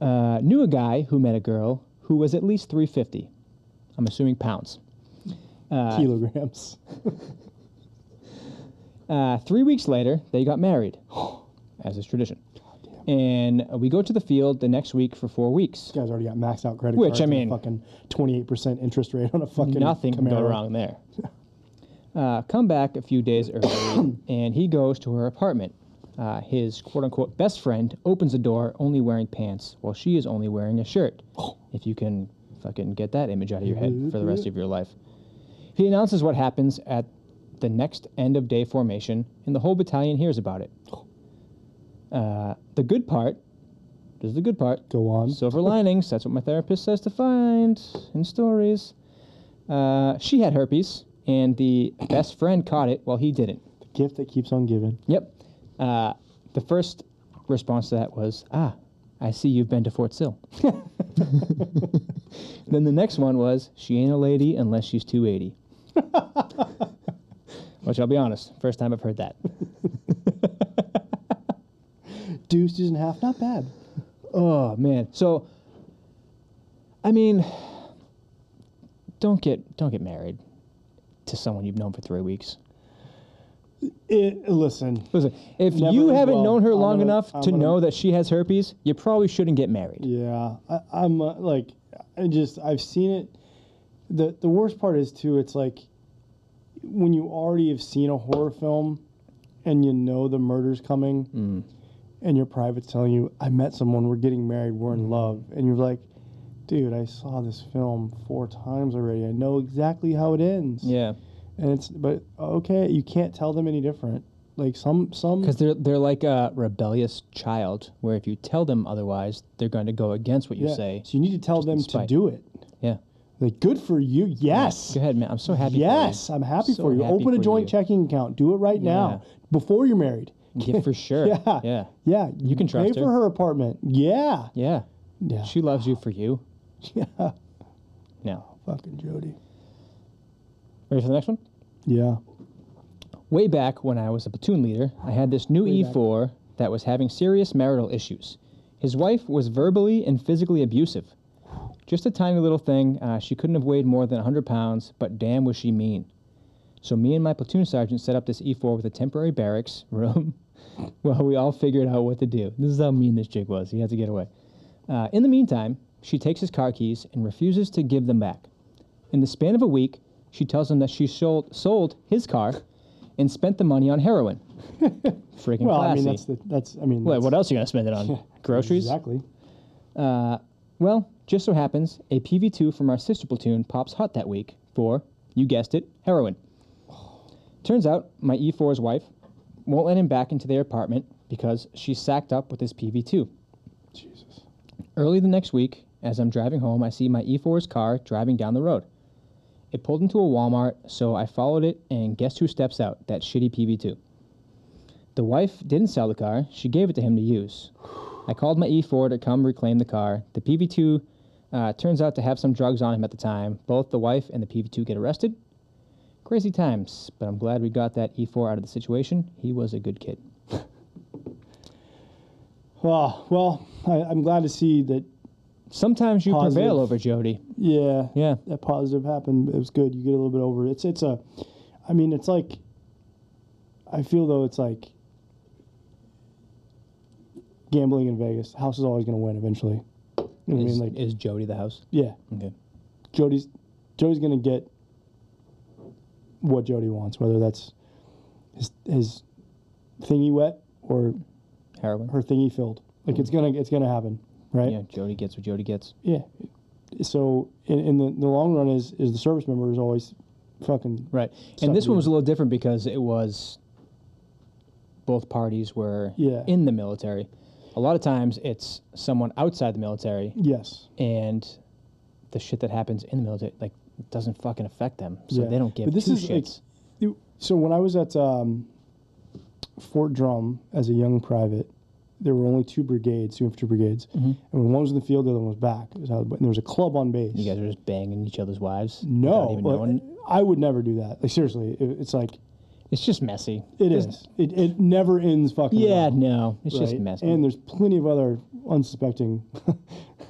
[SPEAKER 2] Uh, knew a guy who met a girl who was at least 350. I'm assuming pounds.
[SPEAKER 1] Kilograms.
[SPEAKER 2] Uh, three weeks later, they got married, as is tradition. And we go to the field the next week for four weeks.
[SPEAKER 1] This guy's already got maxed out credit
[SPEAKER 2] Which,
[SPEAKER 1] cards.
[SPEAKER 2] I
[SPEAKER 1] and a
[SPEAKER 2] mean-
[SPEAKER 1] fucking twenty eight percent interest rate on a fucking
[SPEAKER 2] Nothing can go
[SPEAKER 1] Camaro.
[SPEAKER 2] wrong there. Uh, come back a few days early, *coughs* and he goes to her apartment. Uh, his quote unquote best friend opens the door only wearing pants, while she is only wearing
[SPEAKER 1] *gasps*
[SPEAKER 2] a shirt. If you can fucking get that image out of your head for the rest of your life. He announces what happens at the next end of day formation, and the whole battalion hears about
[SPEAKER 1] *gasps*
[SPEAKER 2] it. Uh, the good part, this is the good part.
[SPEAKER 1] Go on.
[SPEAKER 2] Silver linings. That's what my therapist says to find in stories. Uh, she had herpes, and the best friend caught it while he didn't.
[SPEAKER 1] The gift that keeps on giving.
[SPEAKER 2] Yep. Uh, the first response to that was, "Ah, I see you've been to Fort Sill." *laughs* then the next one was, "She ain't a lady unless she's 280." *laughs* Which I'll be honest, first time I've heard that.
[SPEAKER 1] Deuce, deuce and a half, not bad.
[SPEAKER 2] Oh man. So I mean don't get don't get married to someone you've known for three weeks.
[SPEAKER 1] It, listen,
[SPEAKER 2] Listen, if
[SPEAKER 1] Never
[SPEAKER 2] you
[SPEAKER 1] as
[SPEAKER 2] haven't
[SPEAKER 1] well.
[SPEAKER 2] known her
[SPEAKER 1] I'm
[SPEAKER 2] long
[SPEAKER 1] gonna-
[SPEAKER 2] enough
[SPEAKER 1] I'm
[SPEAKER 2] to
[SPEAKER 1] gonna-
[SPEAKER 2] know that she has herpes, you probably shouldn't get married.
[SPEAKER 1] yeah, I, I'm uh, like, I just I've seen it. the The worst part is too. It's like when you already have seen a horror film, and you know the murder's coming,
[SPEAKER 2] Mm-hmm.
[SPEAKER 1] and your private's telling you, "I met someone. We're getting married. We're
[SPEAKER 2] Mm-hmm.
[SPEAKER 1] in love," and you're like. Dude, I saw this film four times already. I know exactly how it ends.
[SPEAKER 2] Yeah.
[SPEAKER 1] And it's but okay, you can't tell them any different. Like some some
[SPEAKER 2] Because they're they're like a rebellious child, where if you tell them otherwise, they're going to go against what you
[SPEAKER 1] yeah.
[SPEAKER 2] say.
[SPEAKER 1] So you need to tell them to
[SPEAKER 2] spite.
[SPEAKER 1] do it.
[SPEAKER 2] Yeah.
[SPEAKER 1] Like good for you. Yes.
[SPEAKER 2] Go ahead, man. I'm so happy. for you.
[SPEAKER 1] Yes, I'm happy
[SPEAKER 2] So
[SPEAKER 1] for you.
[SPEAKER 2] happy
[SPEAKER 1] Open a
[SPEAKER 2] for
[SPEAKER 1] joint
[SPEAKER 2] you.
[SPEAKER 1] checking account. Do it right now before you're married. *laughs*
[SPEAKER 2] Yeah, for sure.
[SPEAKER 1] Yeah.
[SPEAKER 2] Yeah.
[SPEAKER 1] Yeah. You
[SPEAKER 2] can trust
[SPEAKER 1] pay
[SPEAKER 2] her.
[SPEAKER 1] for her apartment. Yeah.
[SPEAKER 2] Yeah.
[SPEAKER 1] Yeah.
[SPEAKER 2] She loves you
[SPEAKER 1] *laughs*
[SPEAKER 2] for you. Yeah. Now,
[SPEAKER 1] Fucking Jody.
[SPEAKER 2] ready for the next one?
[SPEAKER 1] Yeah.
[SPEAKER 2] Way back when I was a platoon leader, I had this new E4 that was having serious marital issues. His wife was verbally and physically abusive. Just a tiny little thing, uh, she couldn't have weighed more than 100 pounds, but damn was she mean. So me and my platoon sergeant set up this E4 with a temporary barracks *laughs* room. well, we all figured out what to do. This is how mean this chick was. He had to get away. Uh, in the meantime, she takes his car keys and refuses to give them back. In the span of a week, she tells him that she sold, sold his car and spent the money
[SPEAKER 1] *laughs*
[SPEAKER 2] on heroin. Freaking
[SPEAKER 1] Well, I
[SPEAKER 2] classy.
[SPEAKER 1] mean that's the that's I mean
[SPEAKER 2] Wait,
[SPEAKER 1] that's
[SPEAKER 2] what else are you going to spend
[SPEAKER 1] *laughs*
[SPEAKER 2] it on? Groceries?
[SPEAKER 1] Exactly.
[SPEAKER 2] Well, just so happens, a PV2 from our sister platoon pops hot that week for, you guessed it, heroin. Turns out, my E4's wife won't let him back into their apartment because she's sacked up with his PV2.
[SPEAKER 1] Jesus.
[SPEAKER 2] Early the next week, as I'm driving home, I see my E4's car driving down the road. It pulled into a Walmart, so I followed it, and guess who steps out? That shitty PV2. The wife didn't sell the car, she gave it to him to use. I called my E4 to come reclaim the car. The PV2 uh, turns out to have some drugs on him at the time. Both the wife and the PV2 get arrested. Crazy times, but I'm glad we got that E4 out of the situation. He was a good kid.
[SPEAKER 1] Well, well, I, I'm glad to see that.
[SPEAKER 2] Sometimes you
[SPEAKER 1] Positive.
[SPEAKER 2] prevail over Jody.
[SPEAKER 1] Yeah,
[SPEAKER 2] Yeah.
[SPEAKER 1] that positive happened. It was good. You get a little bit over it. It's it's a, I mean, it's like. I feel though it's like. Gambling in Vegas, house is always going to win eventually. You know what I
[SPEAKER 2] Is,
[SPEAKER 1] mean? Like,
[SPEAKER 2] is Jody the house?
[SPEAKER 1] yeah,
[SPEAKER 2] Okay.
[SPEAKER 1] Jody's Jody's going to get. What Jody wants, whether that's his his thingy wet or
[SPEAKER 2] Heroin.
[SPEAKER 1] her thingy filled, like it's gonna it's gonna happen, right?
[SPEAKER 2] Yeah, Jody gets what Jody gets.
[SPEAKER 1] Yeah. So in, in the, the long run is is the service member is always fucking
[SPEAKER 2] Right.
[SPEAKER 1] Something
[SPEAKER 2] And this
[SPEAKER 1] to
[SPEAKER 2] one was a little different because it was both parties were
[SPEAKER 1] Yeah.
[SPEAKER 2] in the military. A lot of times it's someone outside the military
[SPEAKER 1] yes.
[SPEAKER 2] and the shit that happens in the military like doesn't fucking affect them. So
[SPEAKER 1] Yeah.
[SPEAKER 2] they don't give
[SPEAKER 1] But this
[SPEAKER 2] two
[SPEAKER 1] is, like,
[SPEAKER 2] shits.
[SPEAKER 1] You- So when I was at um, Fort Drum as a young private, there were only two brigades, two infantry brigades,
[SPEAKER 2] Mm-hmm.
[SPEAKER 1] and when one was in the field, the other one was back. It was how, and there was a club on base.
[SPEAKER 2] you guys are just banging each other's wives.
[SPEAKER 1] no,
[SPEAKER 2] without even
[SPEAKER 1] like,
[SPEAKER 2] knowing.
[SPEAKER 1] I would never do that. Like seriously, it, it's like
[SPEAKER 2] It's just messy.
[SPEAKER 1] it
[SPEAKER 2] There's-
[SPEAKER 1] is. It, it never ends fucking.
[SPEAKER 2] Yeah,
[SPEAKER 1] well,
[SPEAKER 2] no. It's just
[SPEAKER 1] right?
[SPEAKER 2] messy.
[SPEAKER 1] And there's plenty of other unsuspecting. *laughs*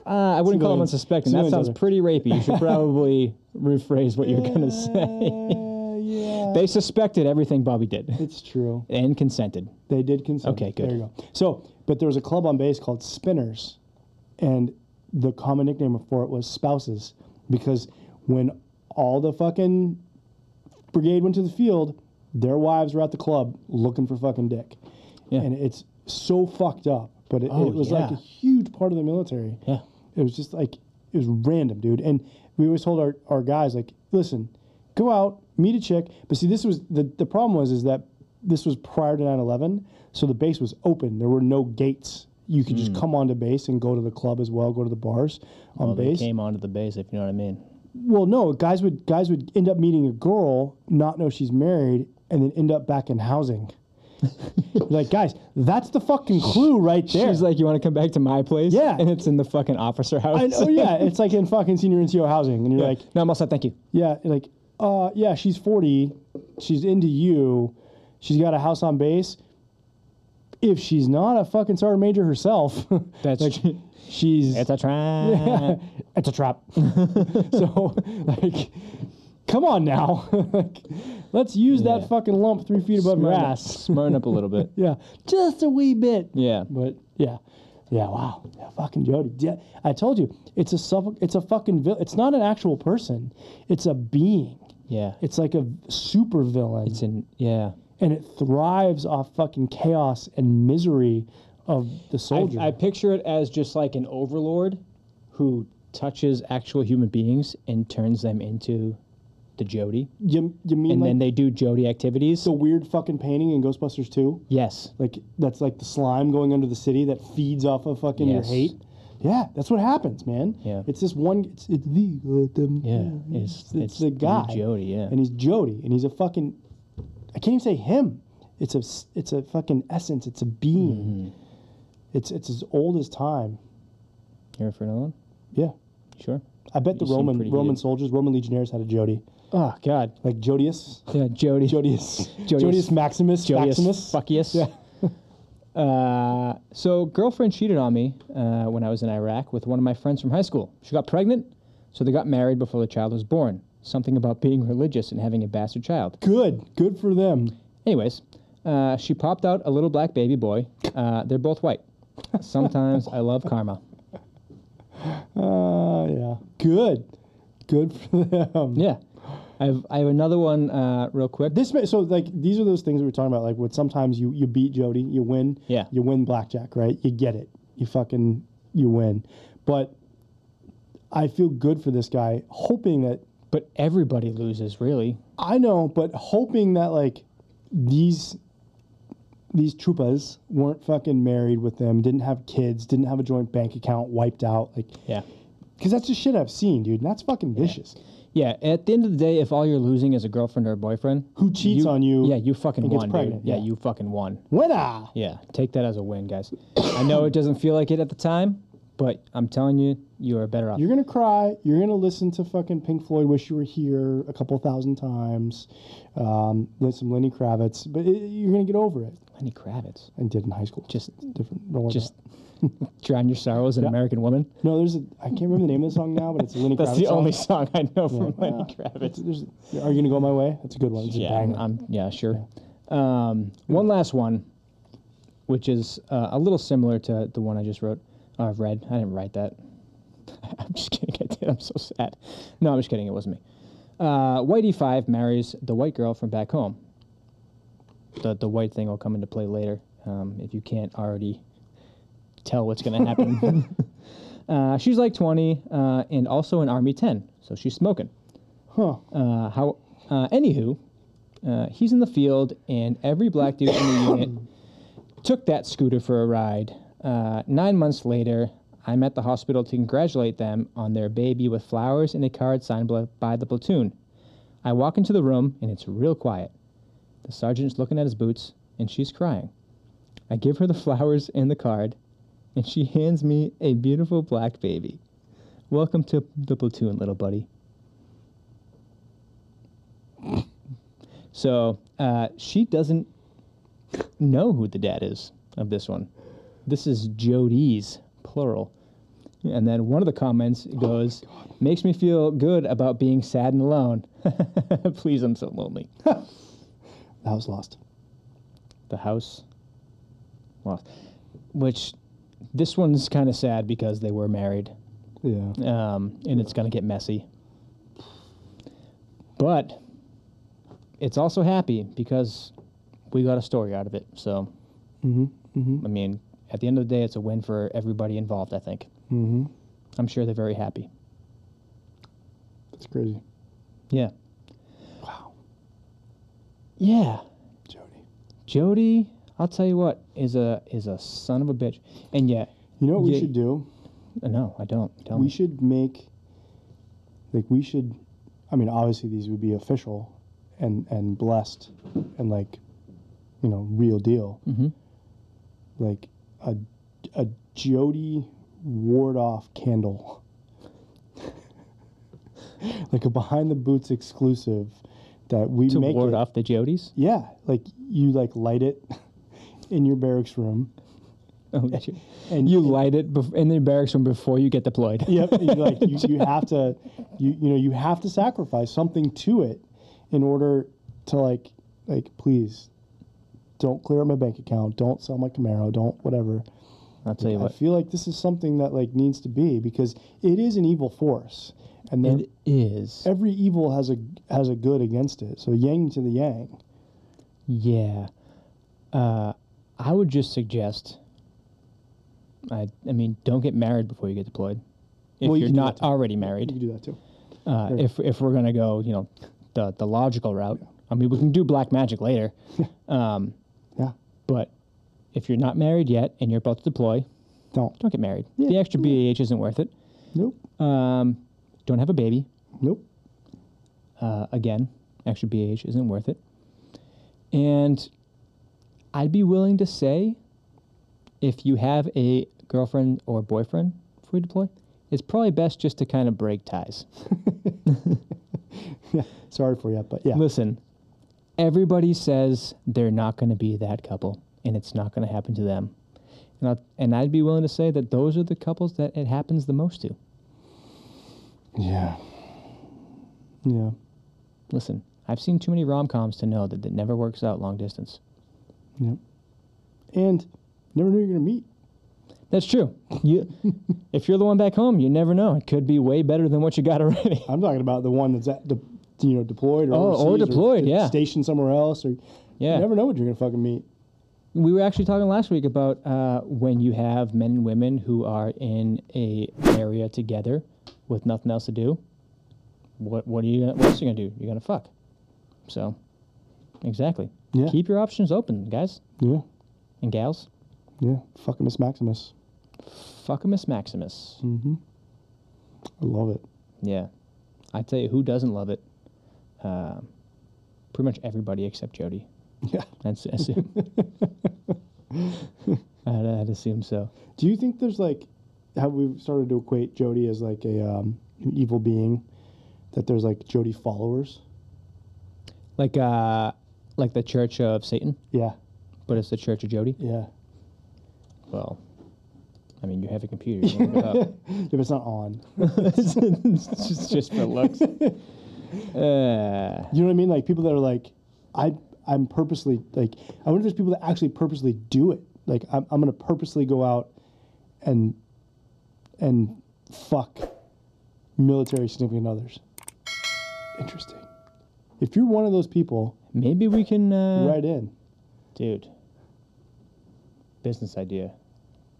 [SPEAKER 2] Uh, I wouldn't call him
[SPEAKER 1] Civilians.
[SPEAKER 2] unsuspecting. That
[SPEAKER 1] Civilians
[SPEAKER 2] sounds
[SPEAKER 1] out there.
[SPEAKER 2] pretty rapey. You
[SPEAKER 1] *laughs*
[SPEAKER 2] should probably rephrase what you're going to
[SPEAKER 1] Uh,
[SPEAKER 2] say.
[SPEAKER 1] yeah,
[SPEAKER 2] they suspected everything Bobby did
[SPEAKER 1] *laughs*
[SPEAKER 2] *laughs*
[SPEAKER 1] it's true.
[SPEAKER 2] and consented.
[SPEAKER 1] They did consent.
[SPEAKER 2] Okay, good.
[SPEAKER 1] There you go. So, but there was a club on base called Spinners, and the common nickname for it was spouses because when all the fucking brigade went to the field, their wives were at the club looking for fucking dick,
[SPEAKER 2] Yeah.
[SPEAKER 1] and it's so fucked up. But it,
[SPEAKER 2] Oh,
[SPEAKER 1] it was like
[SPEAKER 2] yeah.
[SPEAKER 1] a huge part of the military.
[SPEAKER 2] Yeah.
[SPEAKER 1] It was just like it was random, dude. And we always told our, our guys like, listen, go out, meet a chick. But see, this was the the problem was is that this was prior to 9-11, so the base was open. There were no gates. You could just come onto base and go to the club as well, go to the bars on
[SPEAKER 2] Hmm. Well, they
[SPEAKER 1] base.
[SPEAKER 2] came onto the base, if you know what I mean.
[SPEAKER 1] Well, no, guys would guys would end up meeting a girl, not know she's married, and then end up back in housing. *laughs* like, guys, that's the fucking clue right there.
[SPEAKER 2] She's like, "You want to come back to my place?"
[SPEAKER 1] Yeah.
[SPEAKER 2] and it's in the fucking officer house. *laughs*
[SPEAKER 1] And, oh yeah, it's like in fucking senior NCO housing, and you're like,
[SPEAKER 2] no, I'm all set. Thank you.
[SPEAKER 1] Yeah, like, uh, yeah, she's 40. She's into you. She's got a house on base. If she's not a fucking sergeant major herself, *laughs*
[SPEAKER 2] That's
[SPEAKER 1] like, she's
[SPEAKER 2] *laughs* It's
[SPEAKER 1] *laughs*
[SPEAKER 2] a trap.
[SPEAKER 1] it's a trap. *laughs* so, like, come on now, *laughs* like, let's use
[SPEAKER 2] Yeah.
[SPEAKER 1] that fucking lump three feet above your
[SPEAKER 2] Smarten up-
[SPEAKER 1] ass.
[SPEAKER 2] Smarten up a little bit.
[SPEAKER 1] Yeah, just a wee bit.
[SPEAKER 2] Yeah.
[SPEAKER 1] But yeah, yeah. Wow. Yeah, fucking Jody. Yeah, I told you, it's a suff- It's a fucking. Vil- it's not an actual person. It's a being.
[SPEAKER 2] Yeah.
[SPEAKER 1] It's like a super villain,
[SPEAKER 2] It's in. Yeah.
[SPEAKER 1] and it thrives off fucking chaos and misery of the
[SPEAKER 2] I,
[SPEAKER 1] soldier.
[SPEAKER 2] I picture it as just like an overlord who touches actual human beings and turns them into to Jody,
[SPEAKER 1] You, you mean
[SPEAKER 2] and
[SPEAKER 1] like
[SPEAKER 2] then they do Jody activities.
[SPEAKER 1] the weird fucking painting in Ghostbusters 2?
[SPEAKER 2] yes,
[SPEAKER 1] Like that's like the slime going under the city that feeds off of fucking
[SPEAKER 2] Yes.
[SPEAKER 1] your hate. Yeah, that's what happens, man.
[SPEAKER 2] Yeah.
[SPEAKER 1] It's this one. It's, it's the Gotham.
[SPEAKER 2] yeah, it's
[SPEAKER 1] it's, the guy.
[SPEAKER 2] Jody. Yeah,
[SPEAKER 1] And he's Jody, and he's a fucking. I can't even say him. It's a s- it's a fucking essence. It's a being.
[SPEAKER 2] Mm-hmm.
[SPEAKER 1] It's it's as old as time.
[SPEAKER 2] here for another one.
[SPEAKER 1] Yeah,
[SPEAKER 2] Sure.
[SPEAKER 1] I bet the
[SPEAKER 2] You seem
[SPEAKER 1] Roman
[SPEAKER 2] pretty
[SPEAKER 1] Roman
[SPEAKER 2] good.
[SPEAKER 1] soldiers, Roman legionnaries had a Jody,
[SPEAKER 2] Oh God.
[SPEAKER 1] like Jodius,
[SPEAKER 2] Yeah, Jody.
[SPEAKER 1] Jodius,
[SPEAKER 2] *laughs* Jodius-
[SPEAKER 1] Jodius, Maximus, Maximus.
[SPEAKER 2] Fuck yes. *laughs* Uh, so, girlfriend cheated on me uh, when I was in Iraq with one of my friends from high school. She got pregnant, so they got married before the child was born. Something about being religious and having a bastard child.
[SPEAKER 1] Good, good for them.
[SPEAKER 2] Anyways, uh, she popped out a little black baby boy. Uh, they're both white. Sometimes I love karma.
[SPEAKER 1] Uh, yeah, good, good for *laughs* them.
[SPEAKER 2] Yeah. I have, I have another one uh, real quick.
[SPEAKER 1] This may, so like these are those things we were talking about. Like when sometimes you you beat Jody, you win.
[SPEAKER 2] Yeah.
[SPEAKER 1] You win blackjack, right? You get it. You fucking you win. But I feel good for this guy, hoping that
[SPEAKER 2] but everybody loses, really.
[SPEAKER 1] I know, but hoping that like these these chupas weren't fucking married with them, didn't have kids, didn't have a joint bank account, wiped out, like
[SPEAKER 2] Yeah.
[SPEAKER 1] because that's the shit I've seen, dude. And that's fucking vicious.
[SPEAKER 2] Yeah, at the end of the day, if all you're losing is a girlfriend or a boyfriend
[SPEAKER 1] Who cheats on you
[SPEAKER 2] yeah, you fucking
[SPEAKER 1] and gets
[SPEAKER 2] won,
[SPEAKER 1] pregnant,
[SPEAKER 2] dude. Yeah.
[SPEAKER 1] yeah.
[SPEAKER 2] you fucking won.
[SPEAKER 1] Winner.
[SPEAKER 2] Yeah, take that as a win, guys. I know it doesn't feel like it at the time, but I'm telling you, you are better off.
[SPEAKER 1] You're gonna cry. You're gonna listen to fucking Pink Floyd "Wish You Were Here" a couple thousand times. Um, listen some Lenny Kravitz, but it, you're gonna get over it.
[SPEAKER 2] Lenny Kravitz.
[SPEAKER 1] I did in high school.
[SPEAKER 2] Just,
[SPEAKER 1] different. Don't worry
[SPEAKER 2] just
[SPEAKER 1] about
[SPEAKER 2] drown your sorrows in American Woman.
[SPEAKER 1] it. no. There's a I can't remember the name of the song now, but it's a Lenny
[SPEAKER 2] *laughs* That's
[SPEAKER 1] Kravitz.
[SPEAKER 2] the
[SPEAKER 1] song.
[SPEAKER 2] only song I know from
[SPEAKER 1] Yeah.
[SPEAKER 2] Lenny Kravitz.
[SPEAKER 1] It's- there's- are you gonna go my way? That's a good one. It's
[SPEAKER 2] Yeah,
[SPEAKER 1] a
[SPEAKER 2] I'm,
[SPEAKER 1] banger.
[SPEAKER 2] I'm- yeah, sure. Um, one last one, which is uh, a little similar to the one I just wrote. Or I've read. I didn't write that. *laughs* I'm just kidding. I did. I'm so sad. No, I'm just kidding. It wasn't me. Uh, Whitey Five marries the white girl from back home. The the white thing will come into play later. Um, if you can't already tell what's going to happen. *laughs* uh, she's like 20 uh, and also in Army 10, so she's smoking.
[SPEAKER 1] huh?
[SPEAKER 2] Uh, how? Uh, anywho, uh, he's in the field, and every black dude in the unit took that scooter for a ride. Uh, nine months later, I'm at the hospital to congratulate them on their baby with flowers and a card signed bl- by the platoon. I walk into the room, and it's real quiet. The sergeant's looking at his boots, and she's crying. I give her the *laughs* flowers and the card, and she hands me a beautiful black baby. Welcome to the platoon, little buddy. So uh, she doesn't know who the dad is of this one. This is Jody's plural. And then one of the comments goes, "Makes me feel good about being sad and alone. *laughs* Please, I'm so lonely."
[SPEAKER 1] That was lost.
[SPEAKER 2] The house, lost. Which this one's kind of sad because they were married,
[SPEAKER 1] Yeah.
[SPEAKER 2] um, and it's gonna get messy. But it's also happy because we got a story out of it. So
[SPEAKER 1] Mm-hmm. Mm-hmm.
[SPEAKER 2] I mean, at the end of the day, it's a win for everybody involved, I think.
[SPEAKER 1] Mm-hmm.
[SPEAKER 2] I'm sure they're very happy.
[SPEAKER 1] That's crazy.
[SPEAKER 2] Yeah.
[SPEAKER 1] Wow,
[SPEAKER 2] Yeah.
[SPEAKER 1] Jody.
[SPEAKER 2] Jody, I'll tell you what, is a is a son of a bitch. And yet,
[SPEAKER 1] You know what we
[SPEAKER 2] Yeah.
[SPEAKER 1] should do?
[SPEAKER 2] no, I don't. Tell
[SPEAKER 1] we
[SPEAKER 2] me.
[SPEAKER 1] should make like we should i mean obviously these would be official and and blessed and like you know real deal
[SPEAKER 2] Mhm.
[SPEAKER 1] like a a jody ward off candle *laughs* like a behind the boots exclusive that we
[SPEAKER 2] to
[SPEAKER 1] make
[SPEAKER 2] ward
[SPEAKER 1] it-
[SPEAKER 2] off the Jodys?
[SPEAKER 1] yeah like you like light it in your barracks room
[SPEAKER 2] *laughs* Oh, Jo-
[SPEAKER 1] and
[SPEAKER 2] you light it bef- in the barracks room before you get
[SPEAKER 1] *laughs*
[SPEAKER 2] deployed.
[SPEAKER 1] Yep. You, like you, you
[SPEAKER 2] *laughs*
[SPEAKER 1] have to, you you know, you have to sacrifice something to it in order to like like please don't clear out my bank account, don't sell my Camaro, don't whatever.
[SPEAKER 2] I'll tell you
[SPEAKER 1] I
[SPEAKER 2] what.
[SPEAKER 1] feel like this is something that like needs to be because it is an evil force, and there,
[SPEAKER 2] It is.
[SPEAKER 1] every evil has a has a good against it. So yang to the yang.
[SPEAKER 2] Yeah. Uh, I would just suggest. I, I mean, don't get married before you get deployed. If
[SPEAKER 1] Well, you
[SPEAKER 2] you're
[SPEAKER 1] can do
[SPEAKER 2] not
[SPEAKER 1] that too.
[SPEAKER 2] already
[SPEAKER 1] You
[SPEAKER 2] married,
[SPEAKER 1] can do that too.
[SPEAKER 2] uh, if if we're gonna go, you know, the the logical route. I mean, we can do black magic later,
[SPEAKER 1] Yeah.
[SPEAKER 2] but if you're not married yet and you're about to deploy,
[SPEAKER 1] Don't.
[SPEAKER 2] don't get married. The
[SPEAKER 1] Yeah.
[SPEAKER 2] extra BAH isn't worth it.
[SPEAKER 1] Nope.
[SPEAKER 2] Um, don't have a baby.
[SPEAKER 1] Nope.
[SPEAKER 2] Uh, again, extra BAH isn't worth it. And I'd be willing to say, if you have a girlfriend or boyfriend before you deploy, it's probably best just to kind of break ties.
[SPEAKER 1] Sorry for you, but yeah.
[SPEAKER 2] Listen, everybody says they're not going to be that couple, and it's not going to happen to them. And, I'll, and I'd be willing to say that those are the couples that it happens the most to.
[SPEAKER 1] Yeah. Yeah.
[SPEAKER 2] Listen, I've seen too many rom coms to know that it never works out long distance.
[SPEAKER 1] Yep. And never knew you're gonna meet.
[SPEAKER 2] That's true. You, *laughs* if you're the one back home, you never know. It could be way better than what you got already. *laughs*
[SPEAKER 1] I'm talking about the one that's at de- you know deployed or
[SPEAKER 2] Oh, or
[SPEAKER 1] overseas
[SPEAKER 2] deployed,
[SPEAKER 1] d-
[SPEAKER 2] yeah.
[SPEAKER 1] stationed somewhere else or
[SPEAKER 2] Yeah.
[SPEAKER 1] you never know what you're gonna fucking meet.
[SPEAKER 2] We were actually talking last week about uh, when you have men and women who are in a area together with nothing else to do. What what are you gonna, what else are you gonna do? You're gonna fuck. So, exactly.
[SPEAKER 1] Yeah.
[SPEAKER 2] Keep your options open, guys
[SPEAKER 1] Yeah,
[SPEAKER 2] and gals.
[SPEAKER 1] yeah. Fucking Miss Maximus. Mm-hmm.
[SPEAKER 2] Fuck a Miss Maximus.
[SPEAKER 1] I love it.
[SPEAKER 2] Yeah, I tell you, who doesn't love it? Uh, pretty much everybody except Jody.
[SPEAKER 1] *laughs* Yeah.
[SPEAKER 2] That's I
[SPEAKER 1] *laughs*
[SPEAKER 2] assume. *laughs* I'd, I'd assume so.
[SPEAKER 1] Do you think there's like have we started to equate Jody as like a um, an evil being? That there's like Jody followers.
[SPEAKER 2] Like uh, like the Church of Satan,
[SPEAKER 1] Yeah.
[SPEAKER 2] but it's the Church of Jody.
[SPEAKER 1] Yeah.
[SPEAKER 2] Well, I mean, you have a computer.
[SPEAKER 1] *laughs*
[SPEAKER 2] You can look it up.
[SPEAKER 1] If it's not on.
[SPEAKER 2] it's, it's just, just
[SPEAKER 1] *laughs*
[SPEAKER 2] for looks. Uh,
[SPEAKER 1] You know what I mean? Like people that are like, I I'm purposely like I wonder if there's people that actually purposely do it. Like I'm I'm gonna purposely go out and and fuck military significant others. Interesting. If you're one of those people,
[SPEAKER 2] maybe we can, uh,
[SPEAKER 1] write in.
[SPEAKER 2] dude. Business idea.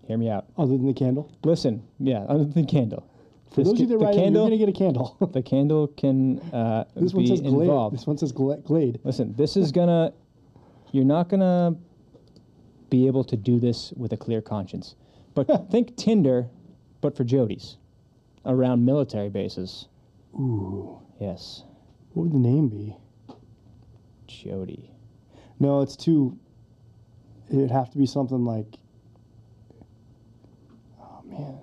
[SPEAKER 2] Hear me out.
[SPEAKER 1] Other than the candle,
[SPEAKER 2] Listen, yeah, *laughs* under the candle.
[SPEAKER 1] for
[SPEAKER 2] This
[SPEAKER 1] those of you
[SPEAKER 2] ca-
[SPEAKER 1] that
[SPEAKER 2] the
[SPEAKER 1] write in, you're
[SPEAKER 2] candle-
[SPEAKER 1] gonna get a candle. *laughs*
[SPEAKER 2] The candle can uh,
[SPEAKER 1] this one
[SPEAKER 2] be
[SPEAKER 1] says Glade.
[SPEAKER 2] involved.
[SPEAKER 1] This one says Gla- Glade.
[SPEAKER 2] Listen, this is gonna. You're not gonna be able to do this with a clear conscience.
[SPEAKER 1] *laughs*
[SPEAKER 2] But think Tinder, but for Jody's, around military bases.
[SPEAKER 1] Ooh,
[SPEAKER 2] Yes,
[SPEAKER 1] what would the name be?
[SPEAKER 2] Jody.
[SPEAKER 1] No, it's too. It'd have to be something like. Oh man,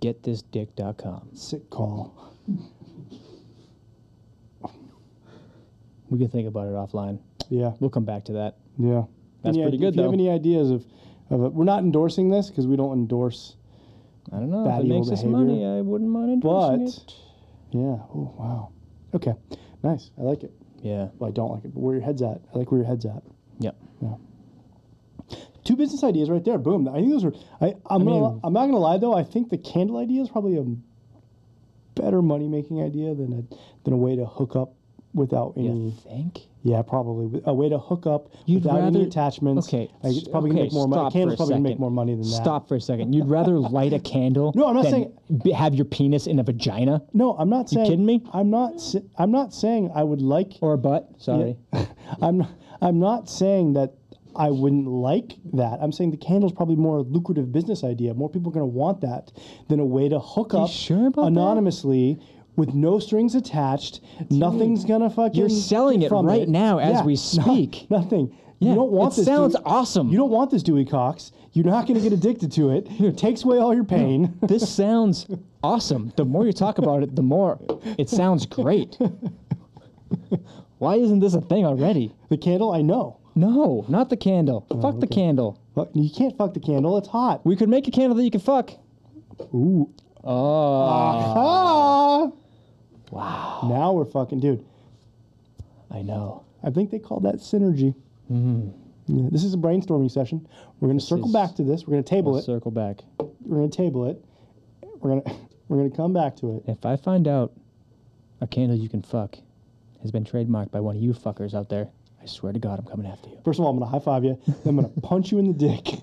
[SPEAKER 2] GetThisDick.com.
[SPEAKER 1] sick call.
[SPEAKER 2] We can think about it offline.
[SPEAKER 1] Yeah,
[SPEAKER 2] We'll come back to that.
[SPEAKER 1] yeah.
[SPEAKER 2] That's
[SPEAKER 1] Any
[SPEAKER 2] pretty
[SPEAKER 1] idea-
[SPEAKER 2] good,
[SPEAKER 1] If you have
[SPEAKER 2] though.
[SPEAKER 1] any ideas of, of it, we're not endorsing this because we don't endorse.
[SPEAKER 2] I don't know
[SPEAKER 1] Bad
[SPEAKER 2] if it
[SPEAKER 1] evil
[SPEAKER 2] makes us
[SPEAKER 1] behavior.
[SPEAKER 2] money. I wouldn't mind endorsing
[SPEAKER 1] But-
[SPEAKER 2] it.
[SPEAKER 1] Yeah. Oh wow. Okay. Nice. I like it.
[SPEAKER 2] Yeah.
[SPEAKER 1] Well, I don't like it, but where your head's at. I like where your head's at.
[SPEAKER 2] Yep.
[SPEAKER 1] Two business ideas right there. Boom. I think those are. I. I'm. gonna,
[SPEAKER 2] mean-
[SPEAKER 1] I'm not gonna lie though. I think the candle idea is probably a better money making idea than a than a way to hook up without any.
[SPEAKER 2] You think?
[SPEAKER 1] Yeah, probably With- a way to hook up
[SPEAKER 2] You'd
[SPEAKER 1] without any
[SPEAKER 2] rather-
[SPEAKER 1] attachments.
[SPEAKER 2] Okay.
[SPEAKER 1] Like, it's probably
[SPEAKER 2] okay,
[SPEAKER 1] gonna make more money.
[SPEAKER 2] stop for
[SPEAKER 1] Candle's
[SPEAKER 2] a
[SPEAKER 1] probably gonna make
[SPEAKER 2] second.
[SPEAKER 1] more money than that.
[SPEAKER 2] Stop for a second.
[SPEAKER 1] *laughs*
[SPEAKER 2] You'd rather light a candle
[SPEAKER 1] No, I'm not
[SPEAKER 2] than
[SPEAKER 1] saying-
[SPEAKER 2] b- have your penis in a vagina
[SPEAKER 1] No, I'm not saying.
[SPEAKER 2] kidding me?
[SPEAKER 1] I'm not. sa- I'm not saying I would like.
[SPEAKER 2] or a butt. Sorry.
[SPEAKER 1] *laughs* I'm. I'm not saying that I wouldn't like that. I'm saying the candle's probably more lucrative business idea. More people are gonna want that than a way to hook up
[SPEAKER 2] sure about that?
[SPEAKER 1] anonymously. With no strings attached, nothing's gonna fucking.
[SPEAKER 2] You're selling
[SPEAKER 1] get
[SPEAKER 2] it
[SPEAKER 1] from
[SPEAKER 2] right
[SPEAKER 1] it.
[SPEAKER 2] now as
[SPEAKER 1] Yeah,
[SPEAKER 2] we
[SPEAKER 1] no-
[SPEAKER 2] speak.
[SPEAKER 1] *laughs* nothing.
[SPEAKER 2] Yeah,
[SPEAKER 1] You don't want
[SPEAKER 2] it
[SPEAKER 1] this.
[SPEAKER 2] sounds
[SPEAKER 1] Dewey-
[SPEAKER 2] awesome.
[SPEAKER 1] You don't want this Dewey Cox. You're not going to get addicted to it. It takes away all your
[SPEAKER 2] *laughs*
[SPEAKER 1] pain.
[SPEAKER 2] *laughs* this sounds awesome. The more you talk about it, the more it sounds great.
[SPEAKER 1] *laughs*
[SPEAKER 2] Why isn't this a thing already?
[SPEAKER 1] The candle, I know.
[SPEAKER 2] No, not the candle.
[SPEAKER 1] Oh,
[SPEAKER 2] fuck the candle.
[SPEAKER 1] Fuck- You can't fuck the candle. It's hot.
[SPEAKER 2] We could make a candle that you can fuck.
[SPEAKER 1] Ooh.
[SPEAKER 2] Oh,
[SPEAKER 1] Ah.
[SPEAKER 2] wow.
[SPEAKER 1] Now we're fucking, dude.
[SPEAKER 2] I know.
[SPEAKER 1] I think they called that synergy. Yeah, this is a brainstorming session. We're going to circle
[SPEAKER 2] Mm-hmm. is-
[SPEAKER 1] back to this. We're going to table it.
[SPEAKER 2] Circle back.
[SPEAKER 1] We're going to table it. We're going to *laughs* we're going to come back to it.
[SPEAKER 2] If I find out a candle you can fuck has been trademarked by one of you fuckers out there, I swear to God, I'm coming after you.
[SPEAKER 1] First of all, I'm going to high five you. Then I'm
[SPEAKER 2] *laughs*
[SPEAKER 1] going to punch you in the dick.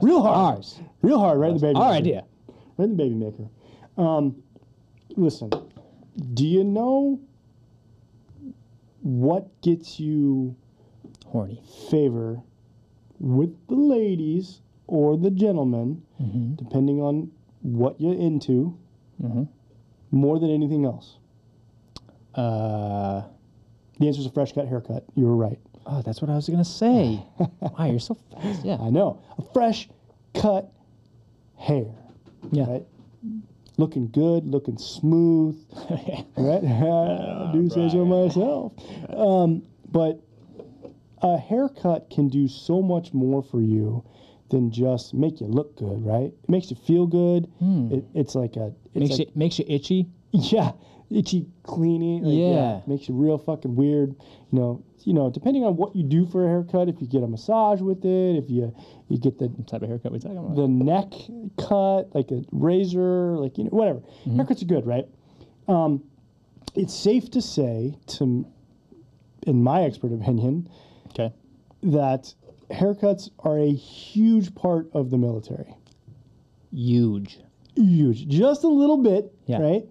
[SPEAKER 1] Real hard.
[SPEAKER 2] Ours.
[SPEAKER 1] Real hard, right in the baby.
[SPEAKER 2] Our
[SPEAKER 1] maker.
[SPEAKER 2] idea.
[SPEAKER 1] Right in the baby maker. Um, listen, do you know what gets you
[SPEAKER 2] Horny.
[SPEAKER 1] favor with the ladies or the gentlemen, depending on what you're into, more than anything else?
[SPEAKER 2] Uh,
[SPEAKER 1] The answer is a fresh cut haircut. You were right.
[SPEAKER 2] oh, that's what I was
[SPEAKER 1] *laughs*
[SPEAKER 2] gonna say. wow, you're so fast. Yeah.
[SPEAKER 1] I know. A fresh cut hair,
[SPEAKER 2] yeah.
[SPEAKER 1] right? Looking good, looking smooth, *laughs*
[SPEAKER 2] *laughs*
[SPEAKER 1] right?
[SPEAKER 2] Ah,
[SPEAKER 1] I do say so myself. Um, but a haircut can do so much more for you than just make you look good, right? It makes you feel good. It, it's like a it's
[SPEAKER 2] Hmm.
[SPEAKER 1] like-
[SPEAKER 2] makes you makes you itchy.
[SPEAKER 1] *laughs* yeah, itchy, cleany. like,
[SPEAKER 2] Yeah.
[SPEAKER 1] makes you real fucking weird. You know, you know, depending on what you do for a haircut, if you get a massage with it, if you you get the
[SPEAKER 2] What type of haircut we talking about?
[SPEAKER 1] the neck cut, like a razor, like you know, whatever. Haircuts are good, right? Um, it's safe to say, to in my expert opinion,
[SPEAKER 2] okay.
[SPEAKER 1] that haircuts are a huge part of the military.
[SPEAKER 2] Huge.
[SPEAKER 1] huge, just a little bit,
[SPEAKER 2] Yeah.
[SPEAKER 1] right?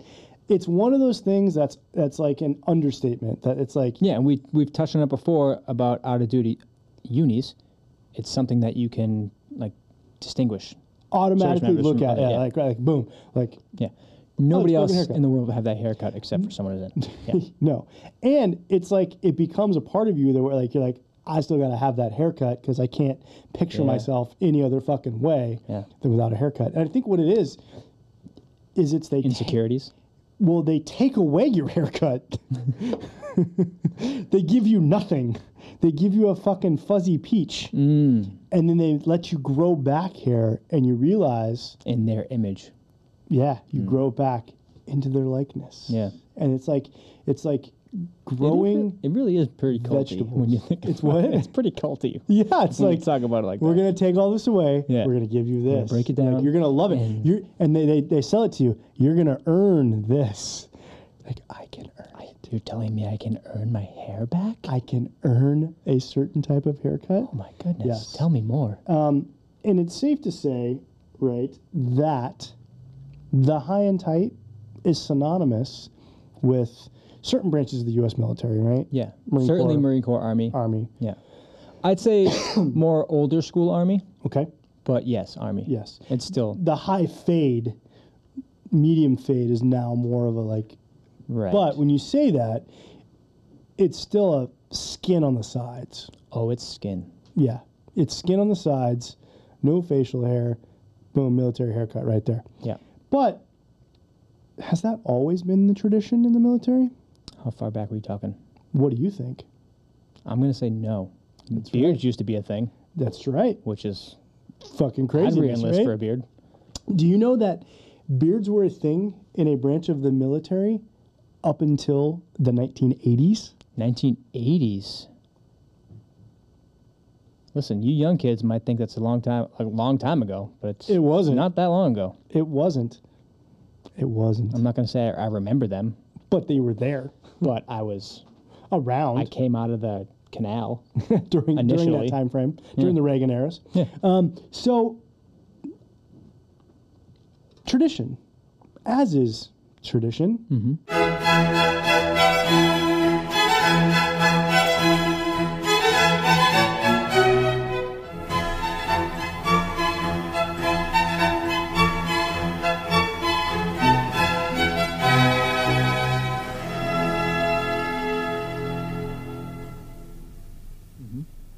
[SPEAKER 1] It's one of those things that's that's like an understatement. That it's like
[SPEAKER 2] Yeah, and we we've touched on it before about out of duty unis. It's something that you can like distinguish.
[SPEAKER 1] automatically
[SPEAKER 2] members
[SPEAKER 1] look
[SPEAKER 2] from
[SPEAKER 1] at,
[SPEAKER 2] other-
[SPEAKER 1] yeah,
[SPEAKER 2] yeah.
[SPEAKER 1] like right, like boom, like
[SPEAKER 2] Yeah. Nobody
[SPEAKER 1] fucking
[SPEAKER 2] else
[SPEAKER 1] haircut. Mm-hmm.
[SPEAKER 2] in the world will have that haircut except for someone who's
[SPEAKER 1] *laughs*
[SPEAKER 2] in. Yeah.
[SPEAKER 1] no, and it's like it becomes a part of you that where like you're like I still gotta have that haircut because I can't picture
[SPEAKER 2] Yeah.
[SPEAKER 1] myself any other fucking way
[SPEAKER 2] Yeah.
[SPEAKER 1] than without a haircut. And I think what it is is it's they ta-
[SPEAKER 2] Insecurities.
[SPEAKER 1] well, they take away your *laughs* haircut. they give you nothing. They give you a fucking fuzzy peach.
[SPEAKER 2] Mm.
[SPEAKER 1] And then they let you grow back hair and you realize,
[SPEAKER 2] in their image.
[SPEAKER 1] yeah, you grow back into their likeness.
[SPEAKER 2] Mm. Yeah.
[SPEAKER 1] And it's like it's like
[SPEAKER 2] It is
[SPEAKER 1] growing
[SPEAKER 2] re- It really is pretty culty when you
[SPEAKER 1] vegetables.
[SPEAKER 2] think
[SPEAKER 1] It's
[SPEAKER 2] about
[SPEAKER 1] what?
[SPEAKER 2] It's pretty culty.
[SPEAKER 1] Yeah, *laughs* it's
[SPEAKER 2] when you
[SPEAKER 1] like
[SPEAKER 2] talk about it like
[SPEAKER 1] we're
[SPEAKER 2] that.
[SPEAKER 1] gonna take all this away.
[SPEAKER 2] Yeah.
[SPEAKER 1] We're gonna give you this.
[SPEAKER 2] break it
[SPEAKER 1] Like,
[SPEAKER 2] down
[SPEAKER 1] you're gonna love it.
[SPEAKER 2] and-
[SPEAKER 1] you're and they, they, they sell it to you. You're gonna earn this. Like I can earn it.
[SPEAKER 2] You're telling me I can earn my hair back?
[SPEAKER 1] I can earn a certain type of haircut.
[SPEAKER 2] oh my goodness.
[SPEAKER 1] Yes. Uh,
[SPEAKER 2] Tell me more.
[SPEAKER 1] And it's safe to say, right, that the high and tight is synonymous with certain branches of the U.S. military, right?
[SPEAKER 2] yeah.
[SPEAKER 1] Marine
[SPEAKER 2] Certainly
[SPEAKER 1] Corps.
[SPEAKER 2] Marine Corps Army.
[SPEAKER 1] Army.
[SPEAKER 2] yeah. I'd
[SPEAKER 1] *coughs*
[SPEAKER 2] say more older school Army,
[SPEAKER 1] Okay.
[SPEAKER 2] but yes, Army.
[SPEAKER 1] Yes.
[SPEAKER 2] It's still
[SPEAKER 1] The high fade, medium fade is now more of a like,
[SPEAKER 2] right.
[SPEAKER 1] but when you say that, it's still a skin on the sides.
[SPEAKER 2] oh, it's skin.
[SPEAKER 1] Yeah. It's skin on the sides, no facial hair, boom, military haircut right there.
[SPEAKER 2] Yeah.
[SPEAKER 1] But has that always been the tradition in the military?
[SPEAKER 2] How far back were you talking?
[SPEAKER 1] What do you think?
[SPEAKER 2] I'm gonna say no. Beards used to be a thing,
[SPEAKER 1] That's right.
[SPEAKER 2] which is
[SPEAKER 1] Fucking
[SPEAKER 2] I'd
[SPEAKER 1] crazy.
[SPEAKER 2] re-enlist for a beard.
[SPEAKER 1] Do you know that beards were a thing in a branch of the military up until the 1980s?
[SPEAKER 2] 1980s. Listen, you young kids might think that's a long time a long time ago, but it's
[SPEAKER 1] It wasn't.
[SPEAKER 2] not that long ago.
[SPEAKER 1] It wasn't. It wasn't.
[SPEAKER 2] I'm not going to say I remember them,
[SPEAKER 1] But they were there
[SPEAKER 2] but I was
[SPEAKER 1] around
[SPEAKER 2] I came out of the canal.
[SPEAKER 1] during during
[SPEAKER 2] initially.
[SPEAKER 1] that time frame, during the Reagan eras.
[SPEAKER 2] Yeah.
[SPEAKER 1] *laughs* Um, so tradition, as is tradition,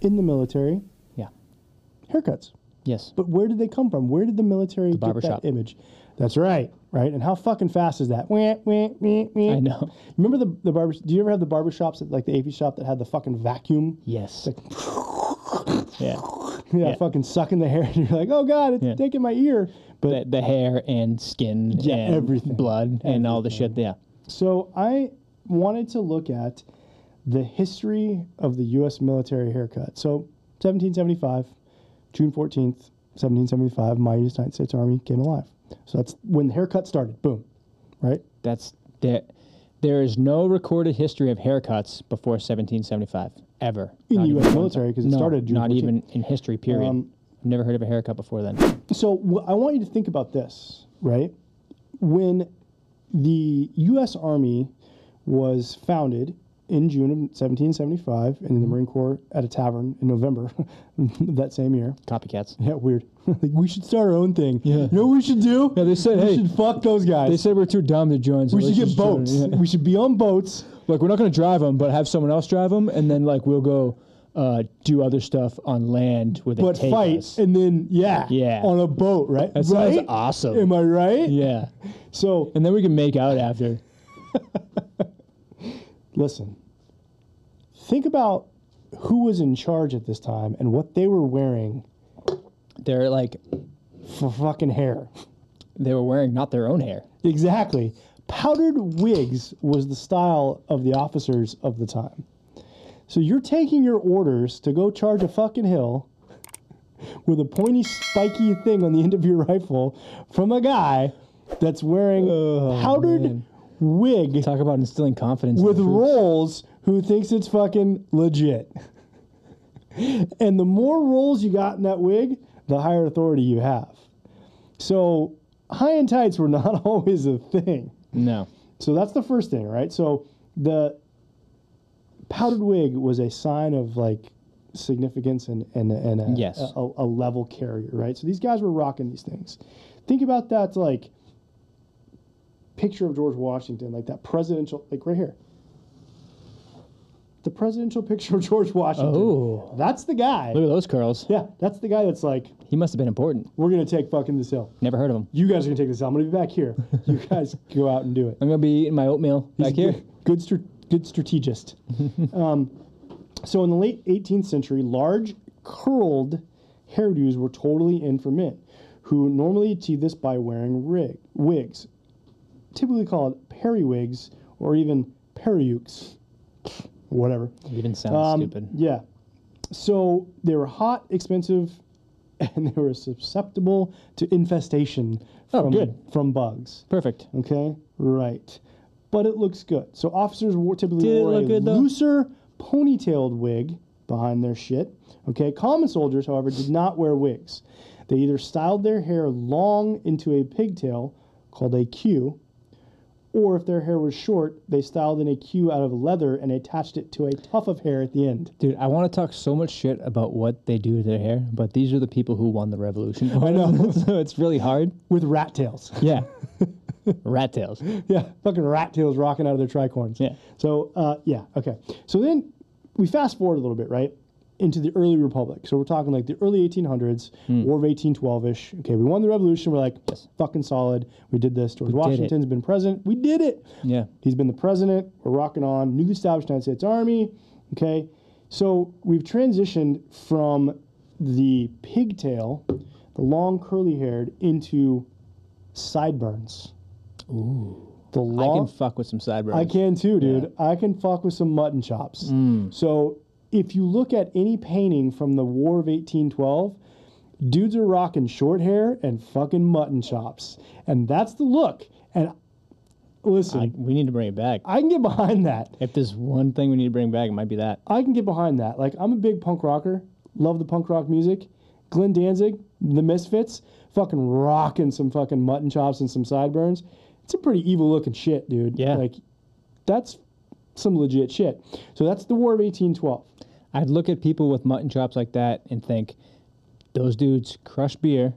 [SPEAKER 1] in the military,
[SPEAKER 2] Yeah.
[SPEAKER 1] haircuts.
[SPEAKER 2] Yes.
[SPEAKER 1] But where did they come from? Where did the military get that
[SPEAKER 2] barbershop.
[SPEAKER 1] image? That's right, right. And how fucking fast is that? Wah, wah, wah, wah.
[SPEAKER 2] I know.
[SPEAKER 1] Remember the the barber? Do you ever have the barber shops at like the AV shop that had the fucking vacuum? *laughs*
[SPEAKER 2] Yes. yeah.
[SPEAKER 1] Yeah,
[SPEAKER 2] Yeah.
[SPEAKER 1] fucking sucking the hair, and you're like, oh god, it's
[SPEAKER 2] Yeah.
[SPEAKER 1] taking my ear. But
[SPEAKER 2] The, the hair and skin
[SPEAKER 1] Yeah,
[SPEAKER 2] and
[SPEAKER 1] everything.
[SPEAKER 2] blood and all the shit. Yeah.
[SPEAKER 1] so I wanted to look at the history of the U.S. military haircut. So 1775, June 14th, 1775, my United States Army came alive. So that's when the haircut started. Boom, right?
[SPEAKER 2] That's there. There is no recorded history of haircuts before 1775 ever
[SPEAKER 1] In
[SPEAKER 2] Not
[SPEAKER 1] the
[SPEAKER 2] even
[SPEAKER 1] U.S.
[SPEAKER 2] one
[SPEAKER 1] military because it
[SPEAKER 2] No,
[SPEAKER 1] started June
[SPEAKER 2] not
[SPEAKER 1] 14th.
[SPEAKER 2] even in history. Period.
[SPEAKER 1] Um,
[SPEAKER 2] I've never heard of a haircut before then.
[SPEAKER 1] So wh- I want you to think about this, right? When the U.S. Army was founded in June of 1775, and in the Marine Corps at a tavern in November *laughs* of that same year.
[SPEAKER 2] Copycats.
[SPEAKER 1] Yeah, weird. *laughs* like, we should start our own thing.
[SPEAKER 2] Yeah.
[SPEAKER 1] You know what we should do?
[SPEAKER 2] Yeah, they said,
[SPEAKER 1] we
[SPEAKER 2] "Hey,"
[SPEAKER 1] should fuck those
[SPEAKER 2] They
[SPEAKER 1] guys.
[SPEAKER 2] said we're too dumb to join. so
[SPEAKER 1] we should
[SPEAKER 2] let's
[SPEAKER 1] get
[SPEAKER 2] just join.
[SPEAKER 1] boats.
[SPEAKER 2] Yeah.
[SPEAKER 1] We should be on boats.
[SPEAKER 2] Like we're not going to drive them, but have someone else drive them, and then like we'll go uh, do other stuff on land where they
[SPEAKER 1] but
[SPEAKER 2] take
[SPEAKER 1] fight
[SPEAKER 2] us.
[SPEAKER 1] and then yeah,
[SPEAKER 2] Yeah.
[SPEAKER 1] on a boat, right?
[SPEAKER 2] That sounds
[SPEAKER 1] right?
[SPEAKER 2] awesome.
[SPEAKER 1] Am I right?
[SPEAKER 2] yeah,
[SPEAKER 1] So
[SPEAKER 2] and then we can make out after.
[SPEAKER 1] listen, think about who was in charge at this time and what they were wearing
[SPEAKER 2] They're like
[SPEAKER 1] for fucking hair. *laughs*
[SPEAKER 2] they were wearing not their own hair.
[SPEAKER 1] Exactly. Powdered wigs was the style of the officers of the time. So you're taking your orders to go charge a fucking hill *laughs* with a pointy, spiky thing on the end of your *laughs* rifle from a guy that's wearing powdered wig
[SPEAKER 2] Talk about instilling confidence in
[SPEAKER 1] with
[SPEAKER 2] the troops.
[SPEAKER 1] rolls who thinks it's fucking legit. and the more rolls you got in that wig, the higher authority you have. So high and tights were not *laughs* always a thing.
[SPEAKER 2] No,
[SPEAKER 1] So that's the first thing, right? So the powdered wig was a sign of like significance and and, and a,
[SPEAKER 2] Yes.
[SPEAKER 1] a, a level carrier, right? So these guys were rocking these things. Think about that like picture of George Washington, like that presidential, like right here. The presidential picture of George Washington.
[SPEAKER 2] Oh.
[SPEAKER 1] That's the guy.
[SPEAKER 2] look at those curls.
[SPEAKER 1] Yeah, that's the guy that's like,
[SPEAKER 2] He must have been important.
[SPEAKER 1] we're gonna take fucking this hill.
[SPEAKER 2] Never heard of him.
[SPEAKER 1] You guys are gonna take this hill. I'm gonna be back here. You guys go out and do it.
[SPEAKER 2] I'm gonna be eating my oatmeal back
[SPEAKER 1] He's a
[SPEAKER 2] here.
[SPEAKER 1] Good, *laughs* good, str- good
[SPEAKER 2] *laughs*
[SPEAKER 1] strategist. um, so in the late 18th century, large curled hairdos were totally in for men, who normally achieved this by wearing rig- wigs, typically called periwigs or even periukes, whatever.
[SPEAKER 2] It even sounds
[SPEAKER 1] Um,
[SPEAKER 2] stupid.
[SPEAKER 1] Yeah. So they were hot, expensive, *laughs* and they were susceptible to infestation
[SPEAKER 2] Oh,
[SPEAKER 1] from,
[SPEAKER 2] good.
[SPEAKER 1] from bugs.
[SPEAKER 2] Perfect.
[SPEAKER 1] Okay, right. But it looks good. So officers wore typically
[SPEAKER 2] Did it
[SPEAKER 1] wore a
[SPEAKER 2] look good, though?
[SPEAKER 1] looser ponytailed wig behind their shit. Okay, common soldiers, however, did not wear wigs. They either styled their hair long into a pigtail called a queue, or if their hair was short, they styled in a queue out of leather and attached it to a tuft of hair at the end.
[SPEAKER 2] Dude, I want to talk so much shit about what they do to their hair, but these are the people who won the revolution. I know. *laughs* so it's really hard.
[SPEAKER 1] With rat tails.
[SPEAKER 2] Yeah. Rat tails.
[SPEAKER 1] *laughs* yeah, fucking rat tails rocking out of their tricorns.
[SPEAKER 2] Yeah.
[SPEAKER 1] So, uh, yeah, okay. So then we fast forward a little bit, right, into the early republic. So we're talking like the early 1800s, War of 1812 ish. Okay, we won the revolution. We're like fucking solid. We did this. George Washington's been president. We did it.
[SPEAKER 2] Yeah.
[SPEAKER 1] He's been the president. We're rocking on. Newly established United States Army. Okay. So we've transitioned from the pigtail, the long curly haired, into sideburns. Ooh. The
[SPEAKER 2] I can
[SPEAKER 1] long.
[SPEAKER 2] fuck with some sideburns.
[SPEAKER 1] I can too, dude. I can fuck with some mutton chops.
[SPEAKER 2] Mm.
[SPEAKER 1] So if you look at any painting from the War of 1812, dudes are rocking short hair and fucking mutton chops. And that's the look. And listen,
[SPEAKER 2] I- we need to bring it back.
[SPEAKER 1] I can get behind that.
[SPEAKER 2] If there's one thing we need to bring back, it might be that.
[SPEAKER 1] I can get behind that. Like I'm a big punk rocker. Love the punk rock music. Glenn Danzig, The Misfits, fucking rocking some fucking mutton chops and some sideburns. It's a pretty evil looking shit, dude.
[SPEAKER 2] Yeah.
[SPEAKER 1] Like that's some legit shit. So that's the War of 1812.
[SPEAKER 2] I'd look at people with mutton chops like that and think, those dudes crush beer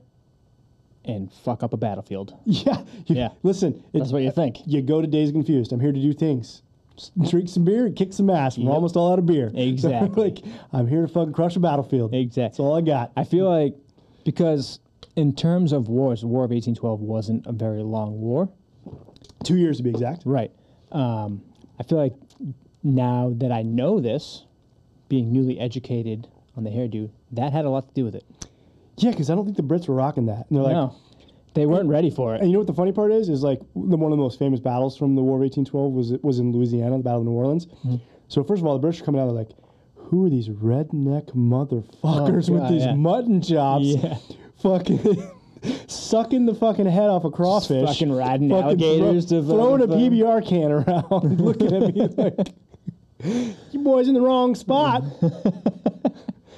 [SPEAKER 2] and fuck up a battlefield.
[SPEAKER 1] *laughs* Yeah. You-
[SPEAKER 2] Yeah.
[SPEAKER 1] Listen, it's,
[SPEAKER 2] That's what you think.
[SPEAKER 1] you go to Days Confused. I'm here to do things. Just Drink some beer, and kick some ass. We're almost all out of beer. *laughs*
[SPEAKER 2] Exactly.
[SPEAKER 1] like I'm here to fucking crush a battlefield. That's
[SPEAKER 2] Exactly.
[SPEAKER 1] all I got.
[SPEAKER 2] I feel like because in terms of wars, the War of 1812 wasn't a very long war.
[SPEAKER 1] Two years to be exact.
[SPEAKER 2] Right. Um, I feel like now that I know this, being newly educated on the hairdo, that had a lot to do with it.
[SPEAKER 1] Yeah, because I don't think the Brits were rocking that. And they're like,
[SPEAKER 2] no, they weren't ready for
[SPEAKER 1] And
[SPEAKER 2] it.
[SPEAKER 1] you know what the funny part is? Is like the, one of the most famous battles from the War of 1812 was was in Louisiana, the Battle of New Orleans.
[SPEAKER 2] Mm-hmm.
[SPEAKER 1] So first of all, the British are coming out they're like, who are these redneck motherfuckers
[SPEAKER 2] Oh,
[SPEAKER 1] with
[SPEAKER 2] God,
[SPEAKER 1] these
[SPEAKER 2] yeah.
[SPEAKER 1] mutton chops?
[SPEAKER 2] Yeah.
[SPEAKER 1] Fucking *laughs* sucking the fucking head off a crawfish.
[SPEAKER 2] fucking riding
[SPEAKER 1] thro-
[SPEAKER 2] alligators to
[SPEAKER 1] throwing a
[SPEAKER 2] fucking-
[SPEAKER 1] PBR can around, *laughs* looking at me like, you boys in the wrong spot.
[SPEAKER 2] Mm-hmm. Mm.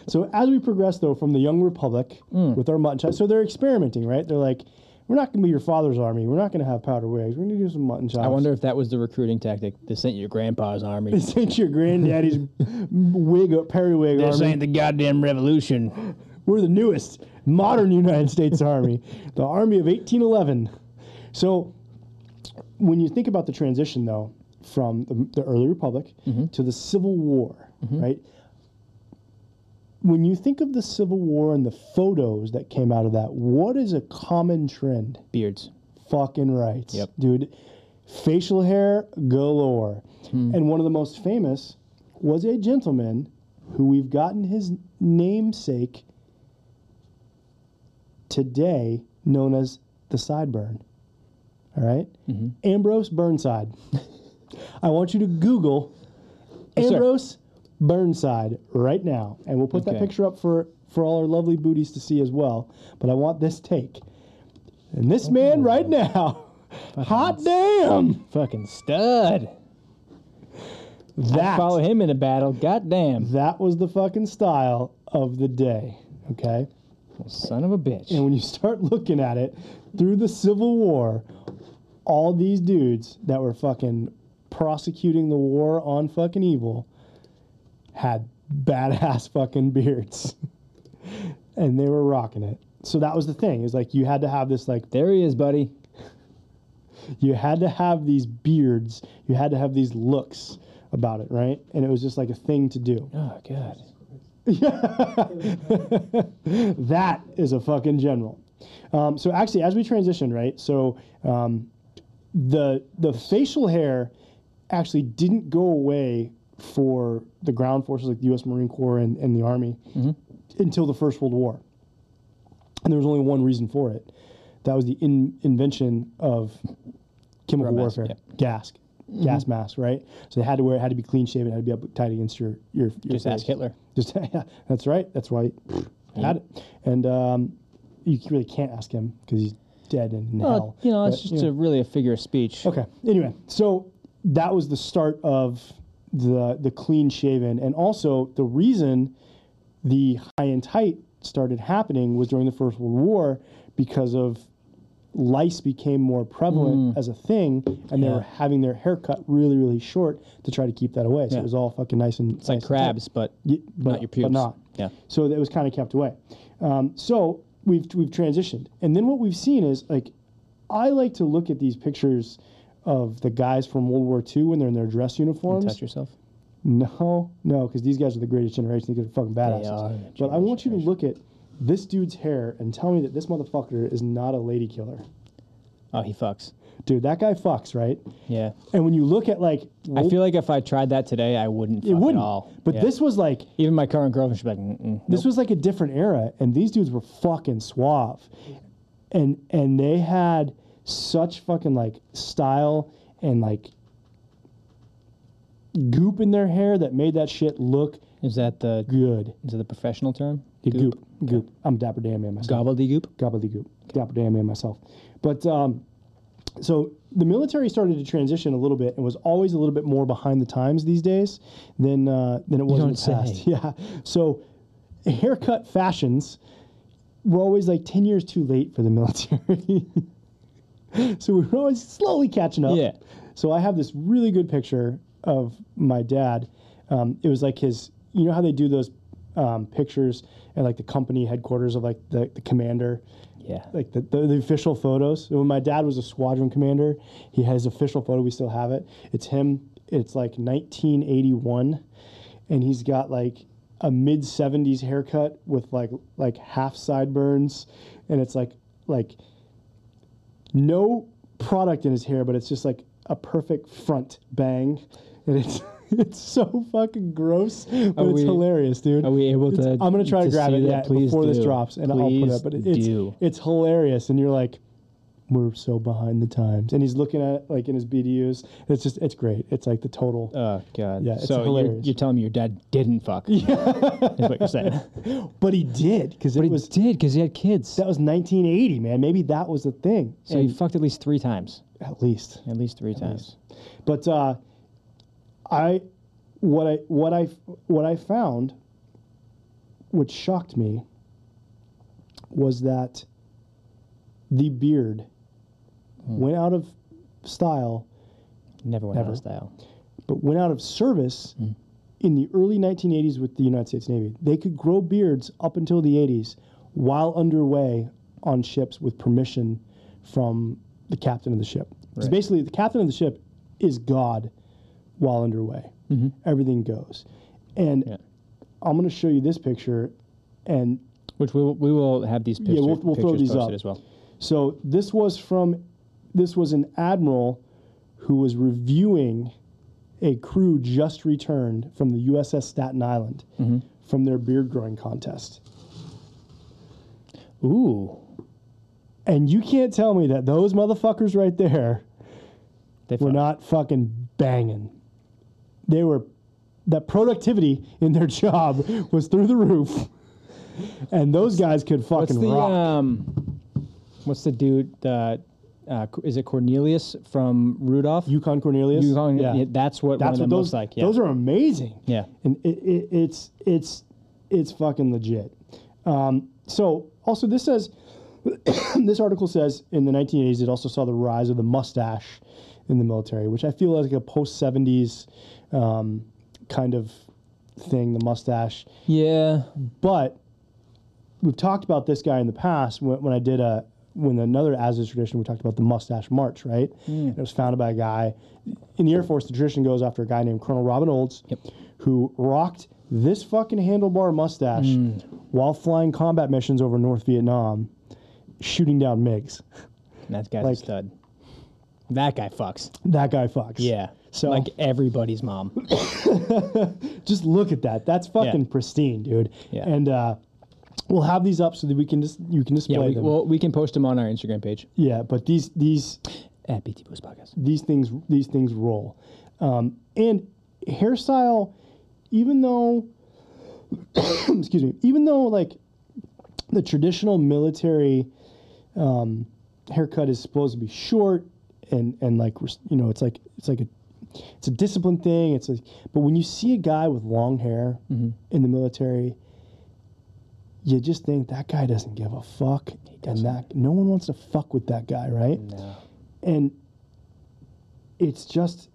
[SPEAKER 1] So as we progress though from the young republic with our mutton chops, so they're experimenting, right? They're like, We're not going to be your father's army. We're not going to have powder wigs. We're going to do some mutton chops. *laughs*
[SPEAKER 2] I wonder if that was the recruiting tactic. This ain't your grandpa's army.
[SPEAKER 1] This ain't your
[SPEAKER 2] *laughs*
[SPEAKER 1] granddaddy's wig, uh, periwig army.
[SPEAKER 2] the goddamn revolution.
[SPEAKER 1] We're the newest modern United States Army, the Army of 1811. So, when you think about the transition, though, from the, the early Republic to the Civil War, right? When you think of the Civil War and the photos that came out of that, what is a common trend?
[SPEAKER 2] Beards.
[SPEAKER 1] Fucking right.
[SPEAKER 2] Yep.
[SPEAKER 1] Dude, facial hair galore.
[SPEAKER 2] Hmm.
[SPEAKER 1] And one of the most famous was a gentleman who we've gotten his namesake today known as the sideburn. All right?
[SPEAKER 2] Mm-hmm.
[SPEAKER 1] Ambrose Burnside. *laughs* I want you to Google
[SPEAKER 2] sir.
[SPEAKER 1] Ambrose Burnside right now, and we'll put that
[SPEAKER 2] Okay.
[SPEAKER 1] picture up for for all our lovely booties to see as well. But I want this take, and this man right
[SPEAKER 2] *laughs*
[SPEAKER 1] now, hot damn,
[SPEAKER 2] Oh. Fucking stud.
[SPEAKER 1] that
[SPEAKER 2] Follow him in a battle. Goddamn.
[SPEAKER 1] that was the fucking style of the day. Okay.
[SPEAKER 2] Son of a bitch.
[SPEAKER 1] And when you start *laughs* looking at it through the Civil War, all these dudes that were fucking prosecuting the war on fucking evil had badass *laughs* fucking beards. *laughs* and they were rocking it. So that was the thing. Is like you had to have this like
[SPEAKER 2] There he is, buddy.
[SPEAKER 1] you had to have these beards, you had to have these looks about it, right? And it was just like a thing to do.
[SPEAKER 2] Oh, God.
[SPEAKER 1] That is a fucking general. Um, so actually, as we transition, right? So um, the the facial hair actually didn't go away for the ground forces like the U.S. Marine Corps and, and the Army
[SPEAKER 2] Mm-hmm.
[SPEAKER 1] until the First World War, and there was only one reason for it. That was the in, invention of chemical
[SPEAKER 2] Mask, Mm-hmm.
[SPEAKER 1] warfare, gas, gas mask, right? So they had to wear it, had to be clean shaven, had to be up tight against your your, your
[SPEAKER 2] Just ask
[SPEAKER 1] face.
[SPEAKER 2] Hitler.
[SPEAKER 1] Just *laughs* yeah, that's right. That's why he had it. And um, you really can't ask him because he's dead and in
[SPEAKER 2] Well,
[SPEAKER 1] hell.
[SPEAKER 2] you know, it's
[SPEAKER 1] But,
[SPEAKER 2] just A, really a figure of speech.
[SPEAKER 1] okay. Anyway, so that was the start of the the clean shaven, and also the reason the high and tight started happening was during the First World War because of lice became more
[SPEAKER 2] Mm.
[SPEAKER 1] prevalent as a thing, and they were having their hair cut really, really short to try to keep that away. So
[SPEAKER 2] Yeah.
[SPEAKER 1] it was all fucking nice and
[SPEAKER 2] It's like crabs, but
[SPEAKER 1] Ye- but,
[SPEAKER 2] not your pubes.
[SPEAKER 1] But not.
[SPEAKER 2] Yeah.
[SPEAKER 1] So that was kind of kept away. Um, so we've we've transitioned, and then what we've seen is like, I like to look at these pictures of the guys from World War II when they're in their dress uniforms.
[SPEAKER 2] touch yourself.
[SPEAKER 1] No, no, because these guys are the greatest generation. These guys are fucking
[SPEAKER 2] are the
[SPEAKER 1] badasses. But I
[SPEAKER 2] greatest
[SPEAKER 1] want you to look at this dude's hair and tell me that this motherfucker is not a lady killer.
[SPEAKER 2] Oh, he fucks.
[SPEAKER 1] Dude, that guy fucks, right?
[SPEAKER 2] Yeah.
[SPEAKER 1] And when you look at like,
[SPEAKER 2] I feel like if I tried that today, I wouldn't.
[SPEAKER 1] it
[SPEAKER 2] fuck
[SPEAKER 1] wouldn't.
[SPEAKER 2] At all.
[SPEAKER 1] But
[SPEAKER 2] Yeah.
[SPEAKER 1] this was like
[SPEAKER 2] even my current girlfriend, she's like, Mm-mm,
[SPEAKER 1] This was like a different era, and these dudes were fucking suave, and and they had such fucking like style and like goop in their hair that made that shit look
[SPEAKER 2] is that the
[SPEAKER 1] good.
[SPEAKER 2] is that the professional term?
[SPEAKER 1] The goop, goop. I'm dapper damn man myself.
[SPEAKER 2] Gobbledygook.
[SPEAKER 1] Gobbledygook, dapper damn man myself. But um, so the military started to transition a little bit and was always a little bit more behind the times these days than uh, than it was in the
[SPEAKER 2] don't
[SPEAKER 1] past.
[SPEAKER 2] say.
[SPEAKER 1] *laughs* Yeah. So haircut fashions were always like ten years too late for the military. *laughs* so we were always slowly catching up.
[SPEAKER 2] Yeah.
[SPEAKER 1] So I have this really good picture of my dad. Um, it was like his, you know how they do those um, pictures at like the company headquarters of like the, the commander
[SPEAKER 2] Yeah.
[SPEAKER 1] like the, the, the official photos. When my dad was a squadron commander, he has official photo. We still have it. It's him. It's like 1981, and he's got like a mid 70s haircut with like like half sideburns, and it's like like no product in his hair, but it's just like a perfect front bang, and it's. *laughs* It's so fucking gross, but
[SPEAKER 2] Are
[SPEAKER 1] it's
[SPEAKER 2] we-
[SPEAKER 1] hilarious, dude.
[SPEAKER 2] are we able
[SPEAKER 1] It's-
[SPEAKER 2] to-
[SPEAKER 1] I'm gonna try to,
[SPEAKER 2] to
[SPEAKER 1] grab
[SPEAKER 2] see
[SPEAKER 1] it
[SPEAKER 2] that?
[SPEAKER 1] yeah,
[SPEAKER 2] Please
[SPEAKER 1] before this
[SPEAKER 2] do.
[SPEAKER 1] drops, and I'll put it.
[SPEAKER 2] Please
[SPEAKER 1] up, But it- it's
[SPEAKER 2] do.
[SPEAKER 1] it's hilarious, and you're like, we're so behind the times. And he's looking at it like in his BDUs. It's just it's great. It's like the total.
[SPEAKER 2] Oh God.
[SPEAKER 1] Yeah, it's
[SPEAKER 2] so you're,
[SPEAKER 1] hilarious.
[SPEAKER 2] you're telling me your dad didn't
[SPEAKER 1] *laughs*
[SPEAKER 2] fuck? Yeah. That's what you're saying.
[SPEAKER 1] but he did because it
[SPEAKER 2] Oh. He
[SPEAKER 1] was
[SPEAKER 2] did because he had kids.
[SPEAKER 1] that was 1980, man. Maybe that was the thing.
[SPEAKER 2] so he fucked at least three times.
[SPEAKER 1] at least.
[SPEAKER 2] At least three times.
[SPEAKER 1] But uh, I, what I what I what I found, which shocked me, was that the beard went out of style,
[SPEAKER 2] Never went out
[SPEAKER 1] Never.
[SPEAKER 2] of style.
[SPEAKER 1] but went out of service
[SPEAKER 2] Hmm.
[SPEAKER 1] in the early 1980s with the United States Navy. They could grow beards up until the 80s while underway on ships with permission from the captain of the ship. Because
[SPEAKER 2] Right.
[SPEAKER 1] basically, the captain of the ship is God while underway. Everything goes. And
[SPEAKER 2] Mm-hmm. Yeah.
[SPEAKER 1] I'm going to show you this picture. And
[SPEAKER 2] Which we will, we will have these pictures,
[SPEAKER 1] we'll- we'll throw
[SPEAKER 2] pictures
[SPEAKER 1] these
[SPEAKER 2] posted
[SPEAKER 1] up.
[SPEAKER 2] as well.
[SPEAKER 1] So this was from, this was an admiral who was reviewing a crew just returned from the USS Staten Island
[SPEAKER 2] Mm-hmm.
[SPEAKER 1] from their beard growing contest.
[SPEAKER 2] Ooh,
[SPEAKER 1] And you can't tell me that those motherfuckers right there
[SPEAKER 2] they
[SPEAKER 1] were
[SPEAKER 2] fucked.
[SPEAKER 1] not fucking banging. They were, that productivity in their *laughs* job was through the roof. And those guys could
[SPEAKER 2] What's
[SPEAKER 1] fucking
[SPEAKER 2] the
[SPEAKER 1] rock.
[SPEAKER 2] um? What's the dude? Uh, uh, Co- is it Cornelius from Rudolph?
[SPEAKER 1] Yukon Cornelius.
[SPEAKER 2] Yukon-
[SPEAKER 1] Yeah.
[SPEAKER 2] yeah, that's what one of
[SPEAKER 1] That's
[SPEAKER 2] them
[SPEAKER 1] what
[SPEAKER 2] looks
[SPEAKER 1] those
[SPEAKER 2] like. Yeah.
[SPEAKER 1] Those are amazing.
[SPEAKER 2] Yeah.
[SPEAKER 1] And it, it, it's it's it's fucking legit. Um, so also this says *coughs* this article says in the 1980s it also saw the rise of the mustache in the military, which I feel is like a post 70s um, kind of thing. The mustache
[SPEAKER 2] yeah.
[SPEAKER 1] but we've talked about this guy in the past when, when I did a when another as is tradition we talked about the mustache march right
[SPEAKER 2] Mm.
[SPEAKER 1] it was founded by a guy in the air force the tradition goes after a guy named colonel robin olds who rocked this fucking handlebar mustache
[SPEAKER 2] Mm.
[SPEAKER 1] while flying combat missions over north vietnam shooting down migs *laughs*
[SPEAKER 2] That guy's a
[SPEAKER 1] Like-
[SPEAKER 2] stud. That guy fucks.
[SPEAKER 1] that guy fucks
[SPEAKER 2] Yeah.
[SPEAKER 1] So-
[SPEAKER 2] like everybody's
[SPEAKER 1] *laughs*
[SPEAKER 2] mom.
[SPEAKER 1] just look at that that's fucking pristine dude
[SPEAKER 2] Yeah.
[SPEAKER 1] and uh, we'll have these up so that we can just you can display
[SPEAKER 2] Yeah, we,
[SPEAKER 1] them
[SPEAKER 2] well, we can post them on our Instagram page
[SPEAKER 1] yeah but these these
[SPEAKER 2] at BT Boost Podcast.
[SPEAKER 1] *laughs* these things these things roll. Um, and hairstyle, even though *coughs* excuse me, even though like the traditional military um, haircut is supposed to be short and and like res- you know it's like it's like a it's a discipline thing. It's like but when you see a guy with long hair in the military. You just think that guy doesn't give a fuck, and that no one wants to fuck with that guy, right? And it's just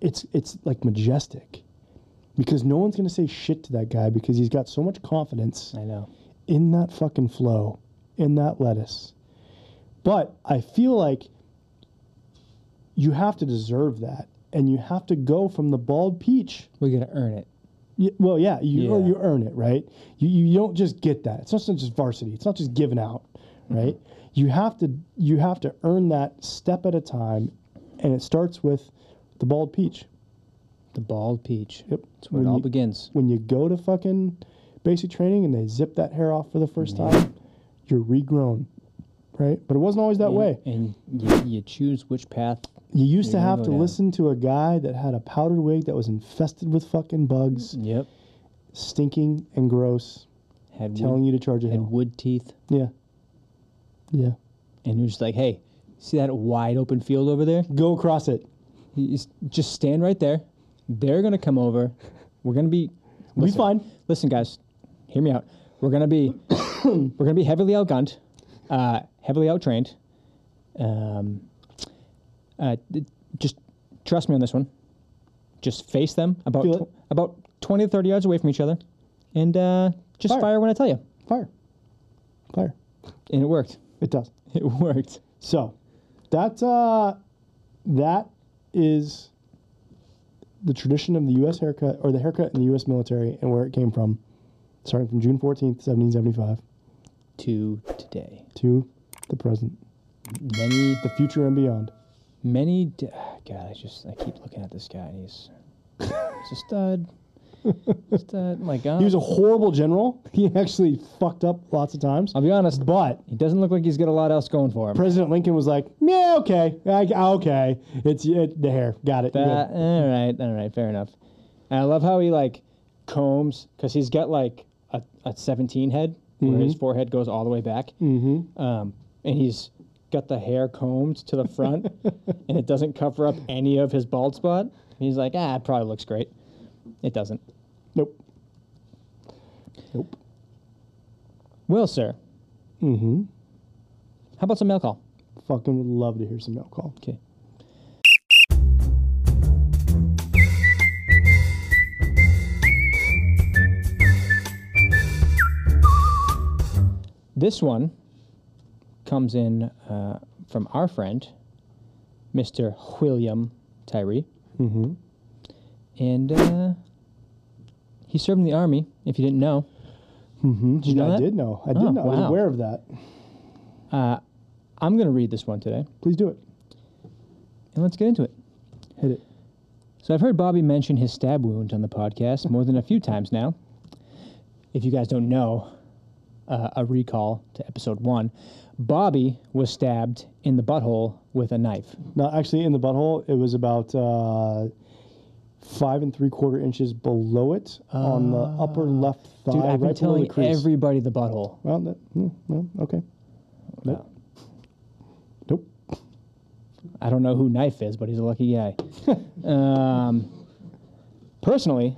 [SPEAKER 1] it's it's like majestic because no one's going to say shit to that guy because he's got so much confidence
[SPEAKER 2] I know.
[SPEAKER 1] in that fucking flow in that lettuce but i feel like you have to deserve that and you have to go from the bald peach
[SPEAKER 2] We gotta earn it.
[SPEAKER 1] Y- well yeah you
[SPEAKER 2] Yeah.
[SPEAKER 1] you earn it right you you don't just get that it's not just varsity it's not just given out
[SPEAKER 2] Mm-hmm.
[SPEAKER 1] right you have to you have to earn that step at a time and it starts with the bald peach
[SPEAKER 2] The bald peach.
[SPEAKER 1] Yep.
[SPEAKER 2] That's where it
[SPEAKER 1] When
[SPEAKER 2] all
[SPEAKER 1] you-
[SPEAKER 2] begins.
[SPEAKER 1] when you go to fucking basic training and they zip that hair off for the first
[SPEAKER 2] Mm-hmm.
[SPEAKER 1] time, you're regrown, right? But it wasn't always that way.
[SPEAKER 2] And you, you choose which path.
[SPEAKER 1] You used to
[SPEAKER 2] You're gonna
[SPEAKER 1] have
[SPEAKER 2] go
[SPEAKER 1] to
[SPEAKER 2] down.
[SPEAKER 1] listen to a guy that had a powdered wig that was infested with fucking bugs,
[SPEAKER 2] Yep.
[SPEAKER 1] stinking and gross,
[SPEAKER 2] Had
[SPEAKER 1] telling
[SPEAKER 2] wood,
[SPEAKER 1] you to charge a
[SPEAKER 2] had
[SPEAKER 1] hill.
[SPEAKER 2] wood teeth,
[SPEAKER 1] Yeah. Yeah.
[SPEAKER 2] and you're just like, hey, see that wide open field over there?
[SPEAKER 1] Go across it.
[SPEAKER 2] You s- just stand right there. They're gonna come over. We're gonna be.
[SPEAKER 1] We
[SPEAKER 2] listen-
[SPEAKER 1] fine.
[SPEAKER 2] Listen, guys, hear me out. We're gonna be *coughs* we're gonna be heavily outgunned, uh, heavily outtrained. Um, uh, d- just trust me on this one. Just face them about
[SPEAKER 1] Feel
[SPEAKER 2] tw-
[SPEAKER 1] it.
[SPEAKER 2] about twenty to thirty yards away from each other, and uh, just
[SPEAKER 1] Fire.
[SPEAKER 2] fire when I tell you.
[SPEAKER 1] Fire. Fire.
[SPEAKER 2] And it worked. *laughs*
[SPEAKER 1] It does.
[SPEAKER 2] It worked.
[SPEAKER 1] So that uh, that is the tradition of the U.S. haircut or the haircut in the U.S. military and where it came from, starting from June 14th, 1775
[SPEAKER 2] To today,
[SPEAKER 1] to the present,
[SPEAKER 2] many
[SPEAKER 1] the future and beyond.
[SPEAKER 2] many d- *sighs* god i just i keep looking at this guy and he's he's a stud He's a stud Oh my
[SPEAKER 1] *laughs*
[SPEAKER 2] god
[SPEAKER 1] He was a horrible general. *laughs* He actually fucked up lots of times.
[SPEAKER 2] i'll be honest
[SPEAKER 1] But
[SPEAKER 2] he doesn't look like he's got a lot else going for him
[SPEAKER 1] President Lincoln was like, "Yeah, okay, I, okay, it's it, the hair. Got it. You're good."
[SPEAKER 2] That- all right all right fair enough and i love how he like combs because he's got like a, a 17 head where
[SPEAKER 1] Mm-hmm.
[SPEAKER 2] his forehead goes all the way back
[SPEAKER 1] Mm.
[SPEAKER 2] mm-hmm. um, and he's got the hair combed to the
[SPEAKER 1] *laughs*
[SPEAKER 2] front and it doesn't cover up any of his bald spot he's like ah it probably looks great it doesn't
[SPEAKER 1] Nope. Nope.
[SPEAKER 2] Well, sir. Mm-hmm. How about some mail call?
[SPEAKER 1] Fucking would love to hear some mail call.
[SPEAKER 2] Okay. This one comes in uh, from our friend, Mr. William Tyree. Mm-hmm. And uh, he served in the Army, if you didn't know.
[SPEAKER 1] Mm-hmm. Did
[SPEAKER 2] you know
[SPEAKER 1] I
[SPEAKER 2] that?
[SPEAKER 1] did know. I did
[SPEAKER 2] Oh,
[SPEAKER 1] know. I was
[SPEAKER 2] wow.
[SPEAKER 1] aware of that.
[SPEAKER 2] I'm going to read this one today,
[SPEAKER 1] Please do it.
[SPEAKER 2] and let's get into it.
[SPEAKER 1] Hit it.
[SPEAKER 2] So I've heard Bobby mention his stab wound on the podcast more than a few times now. If you guys don't know, uh, a recall to episode one, Bobby was stabbed in the butthole with a knife.
[SPEAKER 1] No, actually, in the butthole, it was about uh, five and three quarter inches below it on the upper left thigh,
[SPEAKER 2] Ah. Dude,
[SPEAKER 1] right
[SPEAKER 2] I've been
[SPEAKER 1] below the
[SPEAKER 2] telling
[SPEAKER 1] crease.
[SPEAKER 2] everybody the butthole.
[SPEAKER 1] well, that, mm, well, okay. Nope. Nope.
[SPEAKER 2] I don't know who knife is, but he's a
[SPEAKER 1] *laughs*
[SPEAKER 2] lucky guy. um, personally,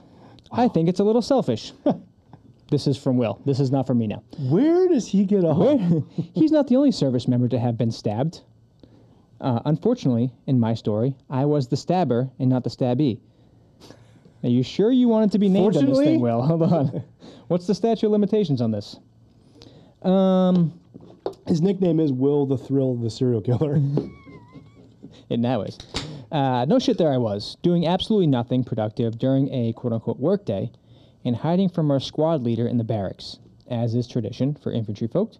[SPEAKER 2] I think it's a
[SPEAKER 1] *laughs*
[SPEAKER 2] little selfish. this is from Will. This is not from me now.
[SPEAKER 1] Where does he get off?
[SPEAKER 2] He's not the only service member to have been stabbed. Uh, unfortunately, in my story, I was the stabber and not the stabbee. Are you sure you wanted to be named on this
[SPEAKER 1] Fortunately-
[SPEAKER 2] thing, Will? Hold on. What's the statute of limitations on this?
[SPEAKER 1] His nickname is Will the Thrill, the serial
[SPEAKER 2] *laughs*
[SPEAKER 1] killer.
[SPEAKER 2] It now is. Uh, no shit, there I was, doing absolutely nothing productive during a quote unquote workday and hiding from our squad leader in the barracks, as is tradition for infantry folk.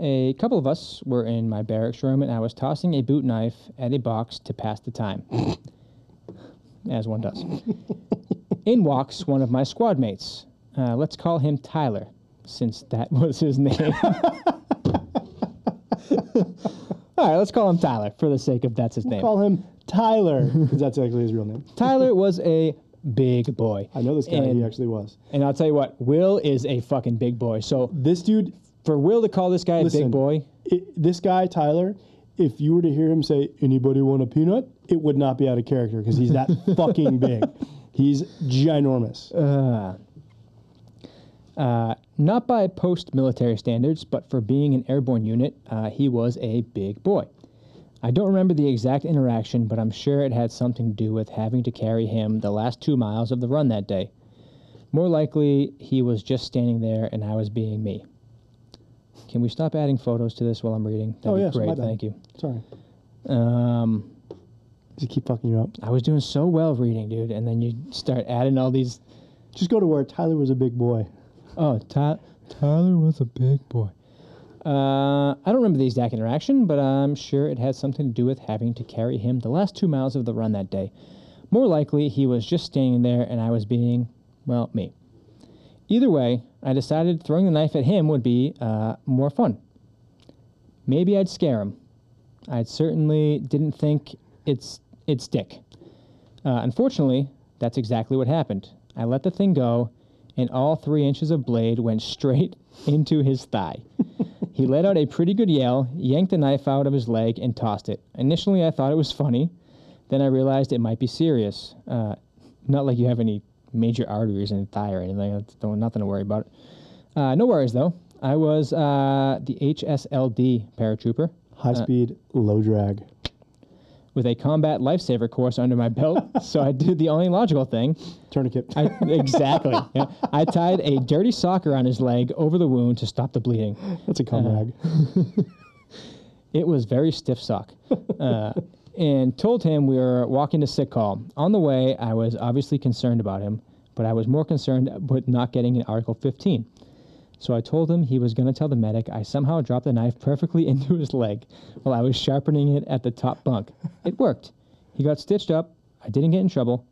[SPEAKER 2] A couple of us were in my barracks room and I was tossing a boot knife at a box to pass the time, *laughs* as one does. in walks one of my squad mates. Uh, let's call him Tyler, since that *laughs* was his name. All right, let's call him Tyler for the sake of that's his name.
[SPEAKER 1] Call him Tyler, because that's actually his real name.
[SPEAKER 2] Tyler was a big boy.
[SPEAKER 1] I know this guy.
[SPEAKER 2] And,
[SPEAKER 1] he actually was.
[SPEAKER 2] and I'll tell you what, Will is a fucking big boy. So
[SPEAKER 1] This dude,
[SPEAKER 2] for Will to call this guy a
[SPEAKER 1] Listen.
[SPEAKER 2] big boy,
[SPEAKER 1] i this guy Tyler. If you were to hear him say, "Anybody want a peanut?" it would not be out of character because he's that fucking big. He's ginormous.
[SPEAKER 2] not by post military standards, but for being an airborne unit, uh, he was a big boy. I don't remember the exact interaction, but I'm sure it had something to do with having to carry him the last two miles of the run that day. More likely, he was just standing there and I was being me. Can we stop adding photos to this while I'm reading? That'd
[SPEAKER 1] Oh,
[SPEAKER 2] be
[SPEAKER 1] yes, my
[SPEAKER 2] great.
[SPEAKER 1] bad.
[SPEAKER 2] Thank you.
[SPEAKER 1] Sorry,
[SPEAKER 2] Um,
[SPEAKER 1] does he keep fucking you up?
[SPEAKER 2] I was doing so well reading, dude, and then you start adding all these.
[SPEAKER 1] Just go to where Tyler was a big boy.
[SPEAKER 2] Oh, Ty- Tyler was a big boy. Uh, I don't remember the exact interaction, but I'm sure it had something to do with having to carry him the last two miles of the run that day. More likely, he was just standing there, and I was being, well, me. Either way, I decided throwing the knife at him would be uh, more fun. Maybe I'd scare him. I certainly didn't think it's it's Dick. Uh, unfortunately, that's exactly what happened. I let the thing go, and all three inches of blade went straight *laughs* into his thigh. he let out a pretty good yell, yanked the knife out of his leg, and tossed it. Initially, I thought it was funny. Then I realized it might be serious. Uh, not like you have any major arteries in your thigh or anything. That's don't, nothing to worry about. Uh, no worries, though. I was uh, the HSLD paratrooper
[SPEAKER 1] High speed, low drag.
[SPEAKER 2] with a combat lifesaver course under my belt, so I did the only logical thing.
[SPEAKER 1] Tourniquet.
[SPEAKER 2] I, exactly. yeah. I tied a dirty sock around his leg over the wound to stop the bleeding.
[SPEAKER 1] That's a cum rag.
[SPEAKER 2] It was very stiff sock. Uh, and told him we were walking to sick call. On the way, I was obviously concerned about him, but I was more concerned with not getting an Article 15. So I told him he was going to tell the medic I somehow dropped the knife perfectly *laughs* into his leg while I was sharpening it at the top bunk. It worked. He got stitched up. I didn't get in trouble.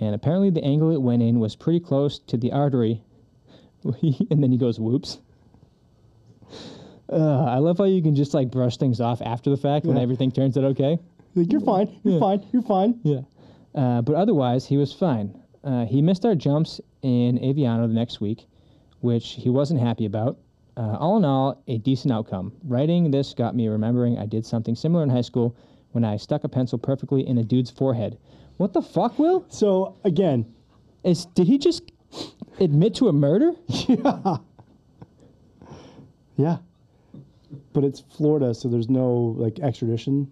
[SPEAKER 2] And apparently, the angle it went in was pretty close to the artery. *laughs* and then he goes, whoops. Ugh, I love how you can just like brush things off after the fact when
[SPEAKER 1] Yeah.
[SPEAKER 2] everything turns out okay.
[SPEAKER 1] Like, you're fine. You're fine. You're fine.
[SPEAKER 2] Yeah. Uh, but otherwise, he was fine. Uh, he missed our jumps in Aviano the next week, which he wasn't happy about. Uh, all in all, a decent outcome. Writing this got me remembering I did something similar in high school when I stuck a pencil perfectly in a dude's forehead. What the fuck, Will?
[SPEAKER 1] So again,
[SPEAKER 2] Is, did he just admit to a murder?
[SPEAKER 1] yeah. but it's Florida, so there's no like extradition.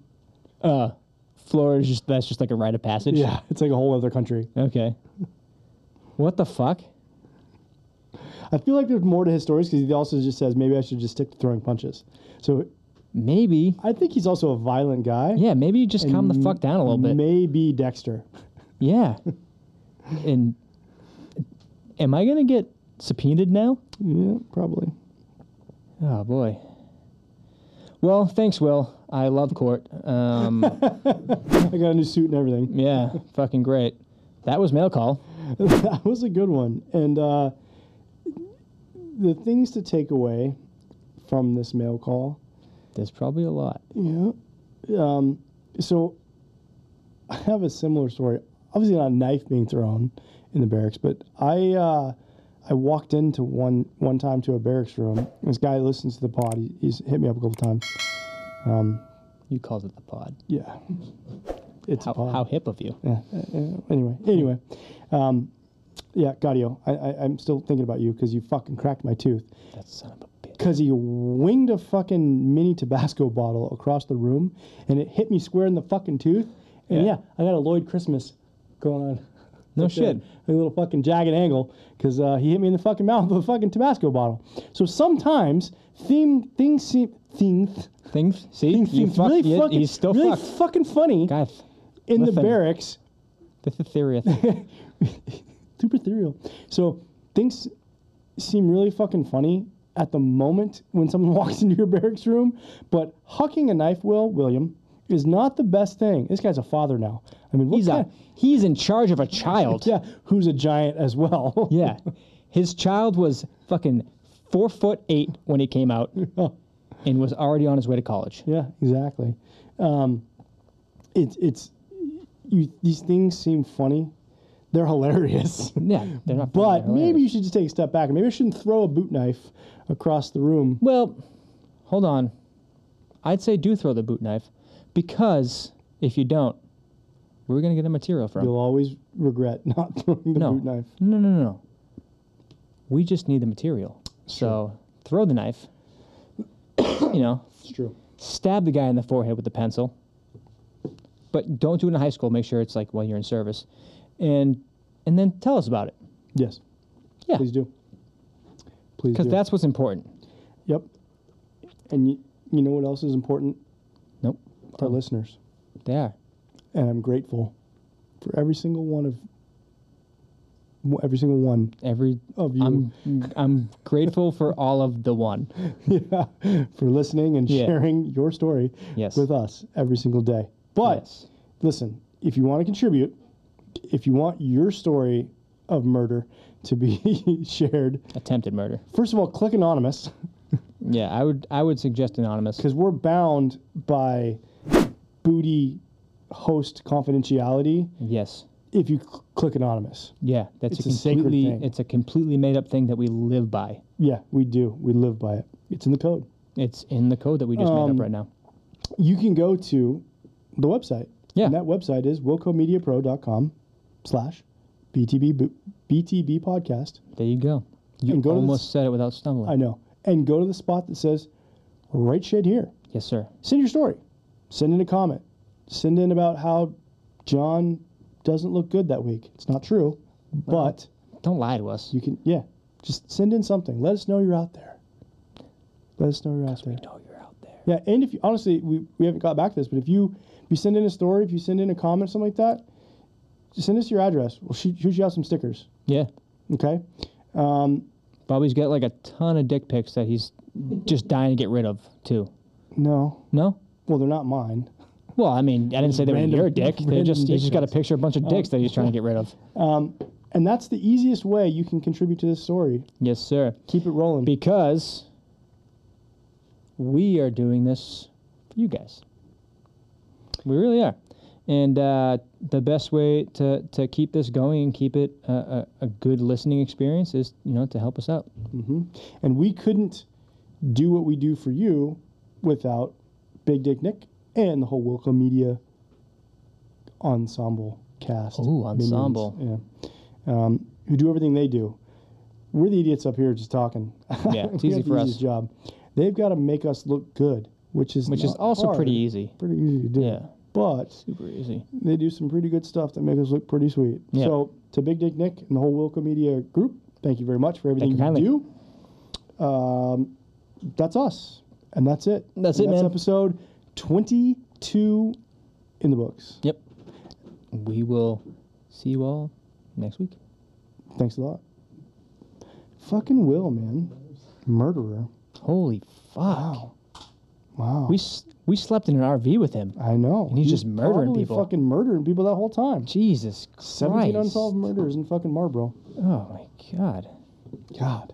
[SPEAKER 2] Florida is just that's just like a rite of passage.
[SPEAKER 1] Yeah, *laughs* it's like a whole other country.
[SPEAKER 2] Okay. What the fuck?
[SPEAKER 1] I feel like there's more to his stories because he also just says maybe I should just stick to throwing punches. So
[SPEAKER 2] Maybe.
[SPEAKER 1] I think he's also a violent guy.
[SPEAKER 2] Yeah, maybe you just calm the fuck down a little bit.
[SPEAKER 1] Maybe Dexter.
[SPEAKER 2] yeah. And am I gonna get subpoenaed now?
[SPEAKER 1] Yeah, probably.
[SPEAKER 2] Oh boy. Well, thanks, Will. I love court. *laughs* Um,
[SPEAKER 1] I got a new suit and everything. *laughs*
[SPEAKER 2] yeah, fucking great. That was mail call.
[SPEAKER 1] that was a good one. And uh, the things to take away from this mail call.
[SPEAKER 2] There's probably a lot.
[SPEAKER 1] Yeah. Um, so I have a similar story. Obviously, not a knife being thrown in the barracks, but I uh, I walked into one one time to a barracks room. This guy listens to the pod. He, he's hit me up a couple times.
[SPEAKER 2] You called it the pod.
[SPEAKER 1] Yeah. It's
[SPEAKER 2] How,
[SPEAKER 1] a pod.
[SPEAKER 2] how hip of you.
[SPEAKER 1] Yeah. uh, uh, Anyway, anyway, um, yeah, Gaudio, I, I, I'm still thinking about you because you fucking cracked my tooth.
[SPEAKER 2] That son of a bitch.
[SPEAKER 1] Because he winged a fucking mini Tabasco bottle across the room and it hit me square in the fucking tooth. And yeah,
[SPEAKER 2] Yeah.
[SPEAKER 1] I got a Lloyd Christmas going on.
[SPEAKER 2] No
[SPEAKER 1] Like
[SPEAKER 2] shit.
[SPEAKER 1] A, a little fucking jagged angle because uh, he hit me in the fucking mouth with a fucking Tabasco bottle. So sometimes theme, things seem. Things,
[SPEAKER 2] Things. See,
[SPEAKER 1] things,
[SPEAKER 2] you
[SPEAKER 1] things
[SPEAKER 2] fuck,
[SPEAKER 1] really
[SPEAKER 2] you-
[SPEAKER 1] fucking,
[SPEAKER 2] he's still
[SPEAKER 1] really
[SPEAKER 2] fucked.
[SPEAKER 1] fucking funny
[SPEAKER 2] Guys,
[SPEAKER 1] in the
[SPEAKER 2] listen.
[SPEAKER 1] barracks
[SPEAKER 2] this is serious.
[SPEAKER 1] super ethereal. So things seem really fucking funny at the moment when someone *laughs* walks into your barracks room, but hucking a knife, Will William, is not the best thing. This guy's a father now. I mean, what
[SPEAKER 2] He's a, *laughs*
[SPEAKER 1] kind-
[SPEAKER 2] he's in charge of a
[SPEAKER 1] *laughs*
[SPEAKER 2] child.
[SPEAKER 1] yeah, who's a giant as well. *laughs*
[SPEAKER 2] Yeah. His child was fucking four foot eight when he
[SPEAKER 1] *laughs*
[SPEAKER 2] came out and was already on his way to college.
[SPEAKER 1] Yeah, exactly. Um, it's it's you, these things seem funny. They're hilarious.
[SPEAKER 2] *laughs* Yeah, they're
[SPEAKER 1] *laughs*
[SPEAKER 2] not.
[SPEAKER 1] But
[SPEAKER 2] fucking hilarious.
[SPEAKER 1] maybe you should just take a step back. and Maybe I shouldn't throw a boot knife across the room.
[SPEAKER 2] Well, hold on. I'd say do throw the boot knife because if you don't, where are we going to get a material from?
[SPEAKER 1] You'll always regret *laughs* not throwing the
[SPEAKER 2] no.
[SPEAKER 1] boot knife.
[SPEAKER 2] No, no, no, no. We just need the material. So throw the knife, *coughs* you know,
[SPEAKER 1] It's true.
[SPEAKER 2] stab the guy in the forehead with the pencil. But don't do it in high school. Make sure it's like while you're in service. And and then tell us about it.
[SPEAKER 1] Yes.
[SPEAKER 2] Yeah.
[SPEAKER 1] Please do. Please do.
[SPEAKER 2] Because that's what's important.
[SPEAKER 1] yep. And you, you know what else is important?
[SPEAKER 2] Nope.
[SPEAKER 1] Our listeners.
[SPEAKER 2] They are.
[SPEAKER 1] And I'm grateful for every single one of w- every single one
[SPEAKER 2] Every
[SPEAKER 1] of Oh, you
[SPEAKER 2] I'm I'm grateful for all of the one.
[SPEAKER 1] *laughs* yeah, for listening and
[SPEAKER 2] Yeah.
[SPEAKER 1] sharing your story
[SPEAKER 2] Yes.
[SPEAKER 1] with us every single day. But
[SPEAKER 2] Yes.
[SPEAKER 1] listen, if you want to contribute, if you want your story of murder to be *laughs* shared,
[SPEAKER 2] Attempted murder.
[SPEAKER 1] first of all, click anonymous.
[SPEAKER 2] Yeah, I would I would suggest anonymous.
[SPEAKER 1] because we're bound by booty host confidentiality
[SPEAKER 2] Yes.
[SPEAKER 1] if you cl- click anonymous
[SPEAKER 2] Yeah, that's
[SPEAKER 1] It's
[SPEAKER 2] a
[SPEAKER 1] a sacred
[SPEAKER 2] completely
[SPEAKER 1] thing.
[SPEAKER 2] it's a completely made up thing that we live by.
[SPEAKER 1] yeah we do we live by it it's in the code
[SPEAKER 2] It's in the code that we just made
[SPEAKER 1] Um,
[SPEAKER 2] up right now.
[SPEAKER 1] you can go to the website
[SPEAKER 2] Yeah.
[SPEAKER 1] and that website is wilcomediapro.com slash btb bo- btb podcast
[SPEAKER 2] There you go. You
[SPEAKER 1] and go to the
[SPEAKER 2] almost said it without stumbling.
[SPEAKER 1] i know and go to the spot that says right shit here
[SPEAKER 2] yes, sir.
[SPEAKER 1] send your story. Send in a comment. Send in about how John doesn't look good that week. It's not true, but
[SPEAKER 2] Don't lie to us.
[SPEAKER 1] you can, yeah, just send in something. Let us know you're out there. Let us know you're out there.
[SPEAKER 2] know you're out there.
[SPEAKER 1] Yeah, and if you, honestly, we, we haven't got back to this, but if you if you send in a story, if you send in a comment, something like that, just send us your address. We'll shoot, shoot you out some stickers.
[SPEAKER 2] Yeah.
[SPEAKER 1] Okay.
[SPEAKER 2] Bobby's got like a ton of dick pics that he's
[SPEAKER 1] *laughs*
[SPEAKER 2] just dying to get rid of too.
[SPEAKER 1] No.
[SPEAKER 2] No?
[SPEAKER 1] Well, they're not mine.
[SPEAKER 2] Well, I mean, I didn't say they
[SPEAKER 1] Random-
[SPEAKER 2] were your dick. They
[SPEAKER 1] random
[SPEAKER 2] just
[SPEAKER 1] dick
[SPEAKER 2] he's just got a
[SPEAKER 1] pics. Oh.
[SPEAKER 2] picture of a bunch of dicks that he's trying to get rid of.
[SPEAKER 1] And that's the easiest way you can contribute to this story.
[SPEAKER 2] Yes, sir.
[SPEAKER 1] Keep it rolling.
[SPEAKER 2] Because we are doing this for you guys. We really are. And uh, the best way to, to keep this going and keep it a, a, a good listening experience is, you know, to help us out.
[SPEAKER 1] Mm-hmm. And we couldn't do what we do for you without Big Dick Nick and the whole Wilco Media ensemble cast.
[SPEAKER 2] Ooh,
[SPEAKER 1] minions.
[SPEAKER 2] ensemble.
[SPEAKER 1] Yeah. Um, who do everything they do. We're the idiots up here just talking.
[SPEAKER 2] Yeah, it's
[SPEAKER 1] We *laughs*
[SPEAKER 2] easy
[SPEAKER 1] have the
[SPEAKER 2] for us.
[SPEAKER 1] easiest job. They've got to make us look good, which is
[SPEAKER 2] which is
[SPEAKER 1] not
[SPEAKER 2] also
[SPEAKER 1] hard.
[SPEAKER 2] pretty easy.
[SPEAKER 1] pretty easy to do.
[SPEAKER 2] Yeah.
[SPEAKER 1] But
[SPEAKER 2] Super easy.
[SPEAKER 1] they do some pretty good stuff that make us look pretty sweet.
[SPEAKER 2] Yeah.
[SPEAKER 1] So to Big Dick Nick and the whole Wilco Media group, thank you very much for everything
[SPEAKER 2] you
[SPEAKER 1] you,
[SPEAKER 2] kindly.
[SPEAKER 1] do. Um, that's us, and that's it.
[SPEAKER 2] That's
[SPEAKER 1] And
[SPEAKER 2] it, man.
[SPEAKER 1] Episode twenty-two in the books.
[SPEAKER 2] Yep. We will see you all next week.
[SPEAKER 1] Thanks a lot. Fucking Will, man, murderer.
[SPEAKER 2] Holy fuck.
[SPEAKER 1] Wow.
[SPEAKER 2] We s- we slept in an RV with him.
[SPEAKER 1] I know.
[SPEAKER 2] he's
[SPEAKER 1] He
[SPEAKER 2] just
[SPEAKER 1] was
[SPEAKER 2] murdering
[SPEAKER 1] probably
[SPEAKER 2] people.
[SPEAKER 1] Fucking murdering people that whole time.
[SPEAKER 2] Jesus Christ.
[SPEAKER 1] Seventeen unsolved murders in fucking Marlboro.
[SPEAKER 2] Oh my god.
[SPEAKER 1] God.